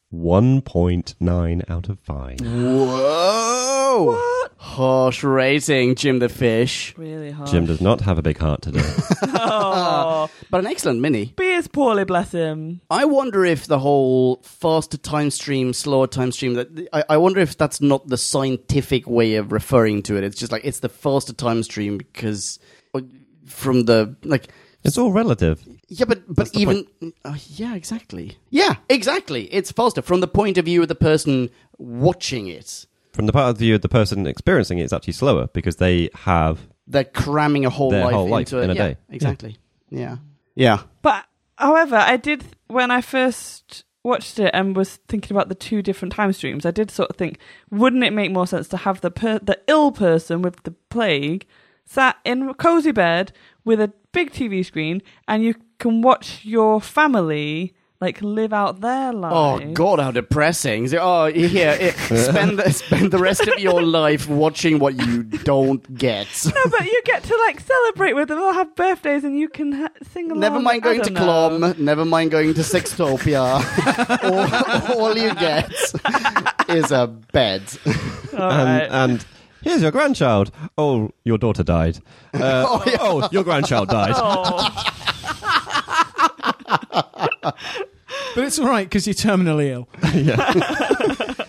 D: 1.9 out of 5.
A: Whoa. What? Harsh rating, Jim the Fish.
C: Really hard.
D: Jim does not have a big heart today.
C: Oh,
A: But an excellent mini.
C: be as poorly, bless him.
A: I wonder if the whole faster time stream, slower time stream, that I, I wonder if that's not the scientific way of referring to it. It's just like it's the faster time stream because uh, from the like
D: it's all relative.
A: Yeah, but but
D: the
A: even uh, yeah, exactly. Yeah, exactly. It's faster from the point of view of the person watching it.
D: From the part of view of the person experiencing it, it's actually slower because they have
A: They're cramming a whole
D: Their
A: life
D: whole life
A: into it.
D: in a
A: yeah,
D: day.
A: Exactly. Yeah. Yeah.
C: But however, I did when I first watched it and was thinking about the two different time streams. I did sort of think, wouldn't it make more sense to have the per- the ill person with the plague sat in a cozy bed with a big TV screen, and you can watch your family like live out their
A: Oh
C: lives.
A: God, how depressing! Is it- Oh, here, it, spend the, spend the rest of your life watching what you don't get.
C: No, but you get to like celebrate with them. They'll have birthdays, and you can ha- sing along.
A: Never mind
C: I
A: going to
C: don't know.
A: Clom. Never mind going to Sextopia. all, all you get is a bed. Um,
C: All
D: and,
A: uh,
C: right.
D: um, and here's your grandchild. Oh, your daughter died. Uh, oh, your grandchild died.
C: Oh.
B: But it's all right because you're terminally ill.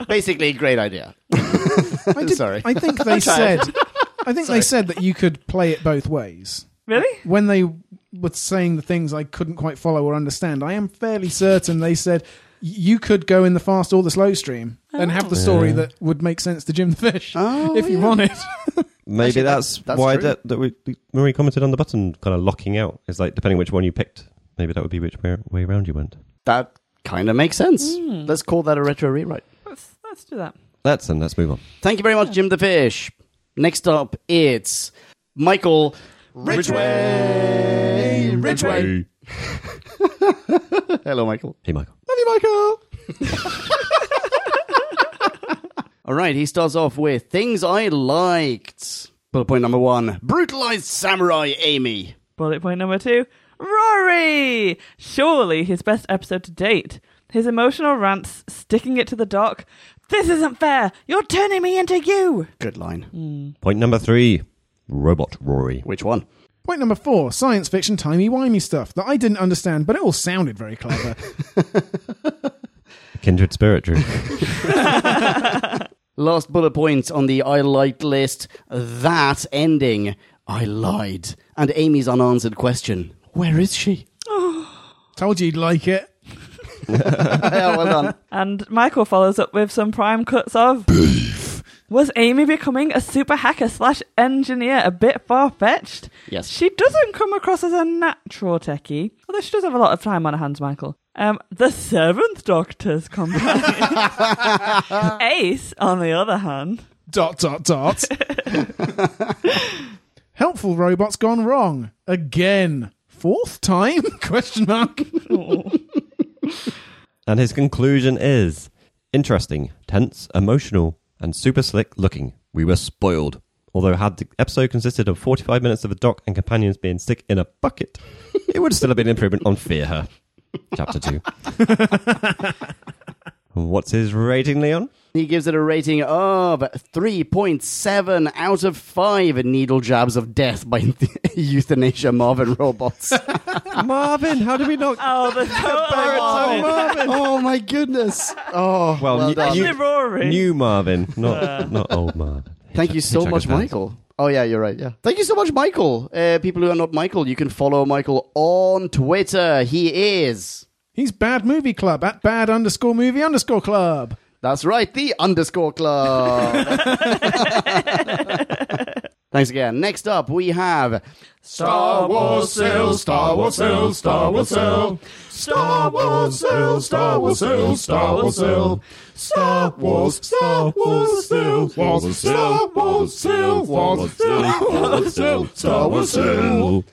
A: Basically, great idea.
B: I did-
A: Sorry.
B: I think they said. I think they said that you could play it both ways.
C: really?
B: when they were saying the things I couldn't quite follow or understand, I am fairly certain they said you could go in the fast or the slow stream and have the story
D: Yeah.
B: that would make sense to Jim the Fish
A: Oh,
B: if you
A: yeah.
B: wanted.
D: Maybe
A: Actually,
D: that's,
A: that's- that's
D: why
A: true.
D: that, that we, Marie commented on the button kind of locking out. It's like depending which one you picked, maybe that would be which way, way around you went.
A: That kind of makes sense.
C: Hmm.
A: Let's call that a retro rewrite.
C: Let's let's do that.
D: Let's and let's move on.
A: Thank you very much, Jim the Fish. Next up, it's Michael Ridgway. Ridgway. Hello, Michael.
D: Hey, Michael.
A: Love you, Michael. All right, he starts off with things I liked. Bullet point number one brutalized samurai Amy.
C: Bullet point number two Rory! Surely his best episode to date. His emotional rants, sticking it to the doc. This isn't fair! You're turning me into you!
A: Good line.
D: Point number three. Robot Rory.
A: Which one?
B: Point number four science fiction timey wimey stuff that I didn't understand, but it all sounded very clever.
D: Kindred spirit, Drew.
A: Last bullet point on the I lied list that ending. I lied. And Amy's unanswered question Where is she?
B: Told you you'd like it.
A: yeah, well done.
C: And Michael follows up with some prime cuts of beef. Was Amy becoming a super hacker slash engineer a bit far fetched?
A: Yes.
C: She doesn't come across as a natural techie, although she does have a lot of time on her hands, Michael. Um, the seventh Doctor's companion. Ace, on the other hand.
B: Dot dot dot. Helpful robots gone wrong again. Fourth time? Question mark.
D: and his conclusion is interesting, tense, emotional, and super slick looking. We were spoiled. Although had the episode consisted of 45 minutes of the doc and companions being sick in a bucket, it would still have been an improvement on Fear Her. Chapter 2. What's his rating, Leon?
A: He gives it a rating of 3.7 out of 5 needle jabs of death by euthanasia Marvin robots.
D: Marvin, how did we not...
C: Oh, the total Marvin.
A: oh my goodness. Oh, well,
D: Well, you-
A: done.
D: you-
C: Isn't it Rory?
D: New Marvin, not, not old Marvin.
A: Thank you so
D: Hitchhiker's
A: much,
D: Hands.
A: Michael. Oh yeah, you're right. Yeah, thank you so much, Michael. Uh, people who are not Michael, you can follow Michael on Twitter. He is.
B: He's bad movie club at bad underscore movie underscore club.
A: That's right, the underscore club. Thanks again. Next up, we have
C: Star
E: Wars sale, Star Wars sale, Star Wars sale. Star Wars sale, Star Wars sale, Star Wars sale. Star Wars, Star Wars sale, Wars sale, Wars sale, Wars sale, Wars sale, Star Wars sale.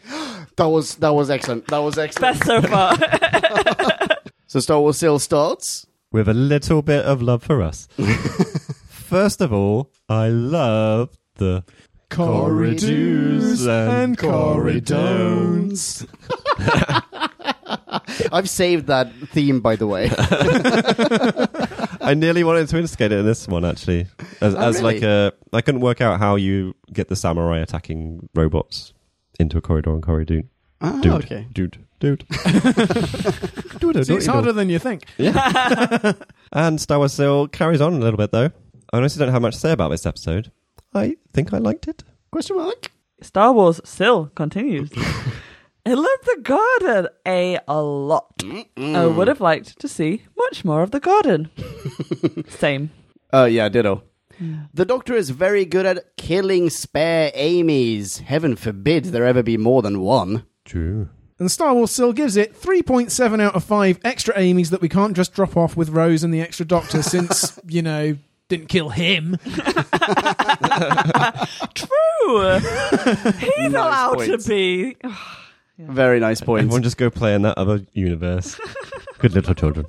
A: that was that was excellent. That was excellent.
C: Best so far.
A: So Star Wars sale starts.
D: with a little bit of love for us. First of all, I love the corridors and
B: corridors.
A: I've saved that theme, by the way.
D: I nearly wanted to instigate it in this one actually, as,
A: Oh,
D: as
A: really?
D: like a I couldn't work out how you get the samurai attacking robots into a corridor and corridor.
A: ah,
D: Dude,
A: okay.
D: dude, dude.
B: See, it's harder than you think.
D: And Star Wars still carries on a little bit though. I honestly don't have much to say about this episode. I think I liked it.
A: Question mark.
C: Star Wars still continues. I love the garden a, a lot. I would have liked to see much more of the garden. Same.
A: Oh yeah, ditto. The Doctor is very good at killing spare Amy's. Heaven forbid there ever be more than one.
D: True.
B: And Star Wars still gives it 3.7 out of 5 extra Amy's that we can't just drop off with Rose and the extra Doctor since, you know, didn't kill him.
C: True. He's allowed
A: point.
C: to be.
A: Very nice point.
D: Everyone just go play in that other universe. Good little children.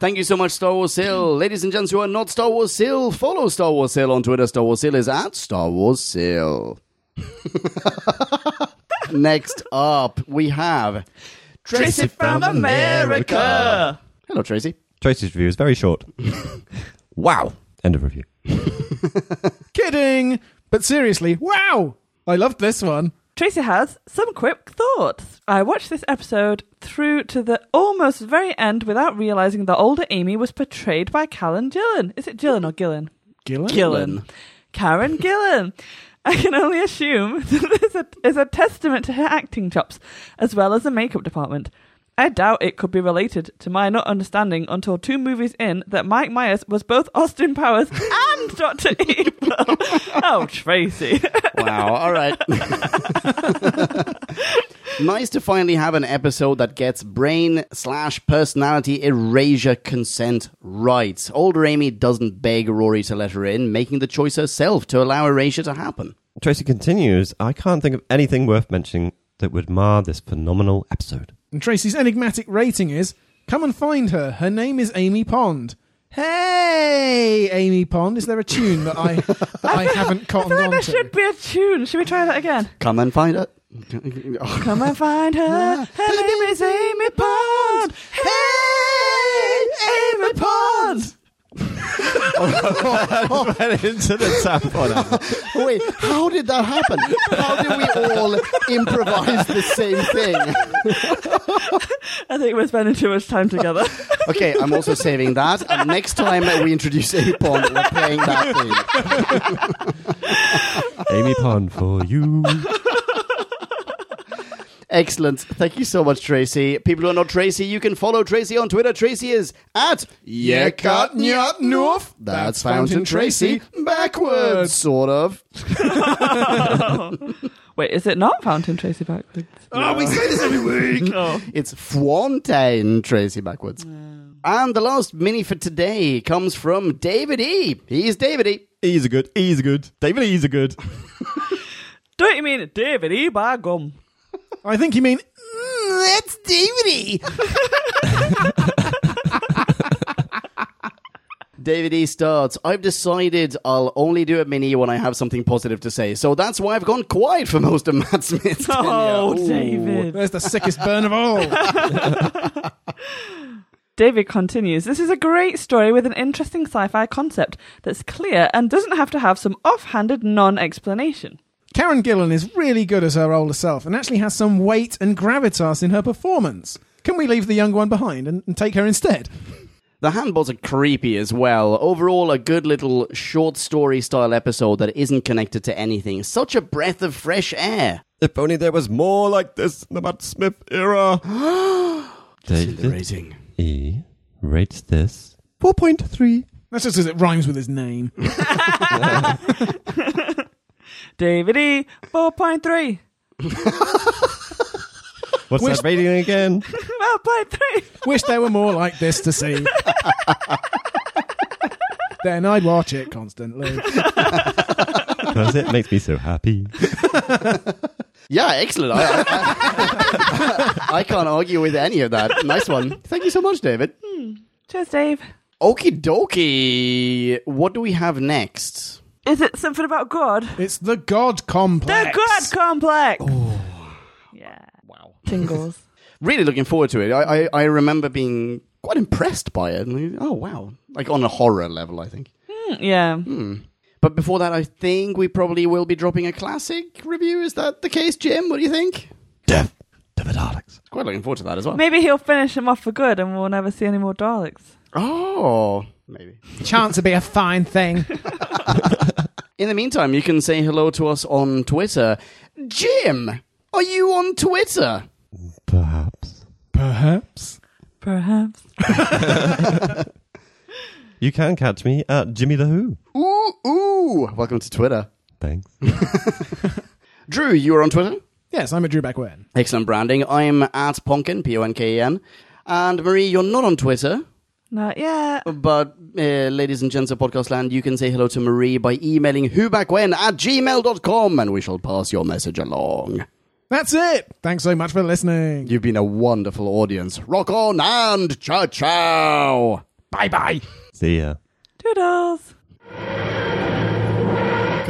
A: Thank you so much, Star Wars Hill. Ladies and gents who are not Star Wars Hill, follow Star Wars Hill on Twitter. Star Wars Hill is at Star Wars Hill. Next up, we have
C: Tracy from America.
A: Hello, Tracy.
D: Tracy's review is very short. wow. End of review.
B: Kidding! But seriously, wow! I loved this one.
C: Tracy has some quick thoughts. I watched this episode through to the almost very end without realizing that older Amy was portrayed by Callan Gillan. Is it Gillan or Gillan?
B: Gillen?
C: Gillen. Karen Gillan. I can only assume that this is- is a testament to her acting chops, as well as the makeup department. I doubt it could be related to my not understanding until two movies in that Mike Myers was both Austin Powers and Dr. Evil. Oh, Tracy.
A: Wow. All right. nice to finally have an episode that gets brain slash personality erasure consent right. Older Amy doesn't beg Rory to let her in, making the choice herself to allow erasure to happen.
D: Tracy continues I can't think of anything worth mentioning that would mar this phenomenal episode.
B: And Tracy's enigmatic rating is Come and find her. Her name is Amy Pond. Hey, Amy Pond. Is there a tune that I, that I haven't
C: I
B: cottoned
C: feel like
B: on
C: there should
B: to?
C: be a tune. Should we try that again?
A: Come and find her.
C: Come and find her. Her name is Amy Pond. Hey, Amy Pond.
D: went into the tap on it.
A: Wait, how did that happen? How did we all improvise the same thing?
C: I think we're spending too much time together.
A: Okay, I'm also saving that. And next time we introduce a pond, we're playing that thing.
D: Amy Pond for you.
A: Excellent. Thank you so much, Tracy. People who are not Tracy, you can follow Tracy on Twitter. Tracy is at
B: Yekatnyatnuf.
A: That's Fountain Tracy. Backwards, sort of.
C: Wait, is it not Fountain Tracy backwards?
B: Oh, we say this every week.
C: Oh.
A: It's Fontaine Tracy backwards. And the last mini for today comes from David E. He's David E.
D: He's a good. He's a good. David, he's a good.
C: Don't you mean David E. by gum?
B: I think you mean
A: That's David E. David E starts. I've decided I'll only do a mini when I have something positive to say, so that's why I've gone quiet for most of Matt Smith's tenure.
C: Oh,
A: Ooh.
C: David.
B: there's the sickest burn of all.
C: David continues. This is a great story with an interesting sci fi concept that's clear and doesn't have to have some offhanded non explanation.
B: Karen Gillan is really good as her older self and actually has some weight and gravitas in her performance. Can we leave the young one behind and, and take her instead?
A: The handballs are creepy as well. Overall, a good little short story style episode that isn't connected to anything. Such a breath of fresh air.
D: If only there was more like this in the Matt Smith era. David
A: Raising.
D: E rates this 4.3.
B: That's just because it rhymes with his name.
C: David E. 4.3.
D: What's
B: Which-
D: that rating again?
C: 4.3.
B: Wish there were more like this to see. then I'd watch it constantly.
D: Because it makes me so happy.
A: Yeah, excellent. I, I, I, I can't argue with any of that. Nice one. Thank you so much, David.
C: Cheers, Dave.
A: Okie dokie. What do we have next?
C: Is it something about God?
B: It's the God Complex.
C: The God Complex. Yeah. Wow. Tingles.
A: Really looking forward to it. I, I, I remember being quite impressed by it. Like, Oh, wow. Like on a horror level, I think.
C: Mm, yeah.
A: But before that, I think we probably will be dropping a classic review. Is that the case, Jim? What do you think?
D: Death. David Alex.
A: Quite looking forward to that as well.
C: Maybe he'll finish him off for good and we'll never see any more Daleks.
A: Oh, maybe.
B: Chance would be a fine thing.
A: In the meantime, you can say hello to us on Twitter. Jim, are you on Twitter?
D: Perhaps.
B: Perhaps.
C: Perhaps.
D: You can catch me at Jimmy the Who.
A: Ooh, ooh. Welcome to Twitter.
D: Thanks.
A: Drew, you are on Twitter?
B: Yes, I'm a Drew Backwen.
A: Excellent branding. I'm at Ponkin, P O N K E N. And Marie, you're not on Twitter,
C: Not yet.
A: Oh. but uh, ladies and gents of Podcast Land, you can say hello to Marie by emailing whobackwhen at gmail.com and we shall pass your message along.
B: That's it. Thanks so much for listening.
A: You've been a wonderful audience. Rock on and ciao ciao.
B: Bye bye.
D: See ya.
C: Toodles.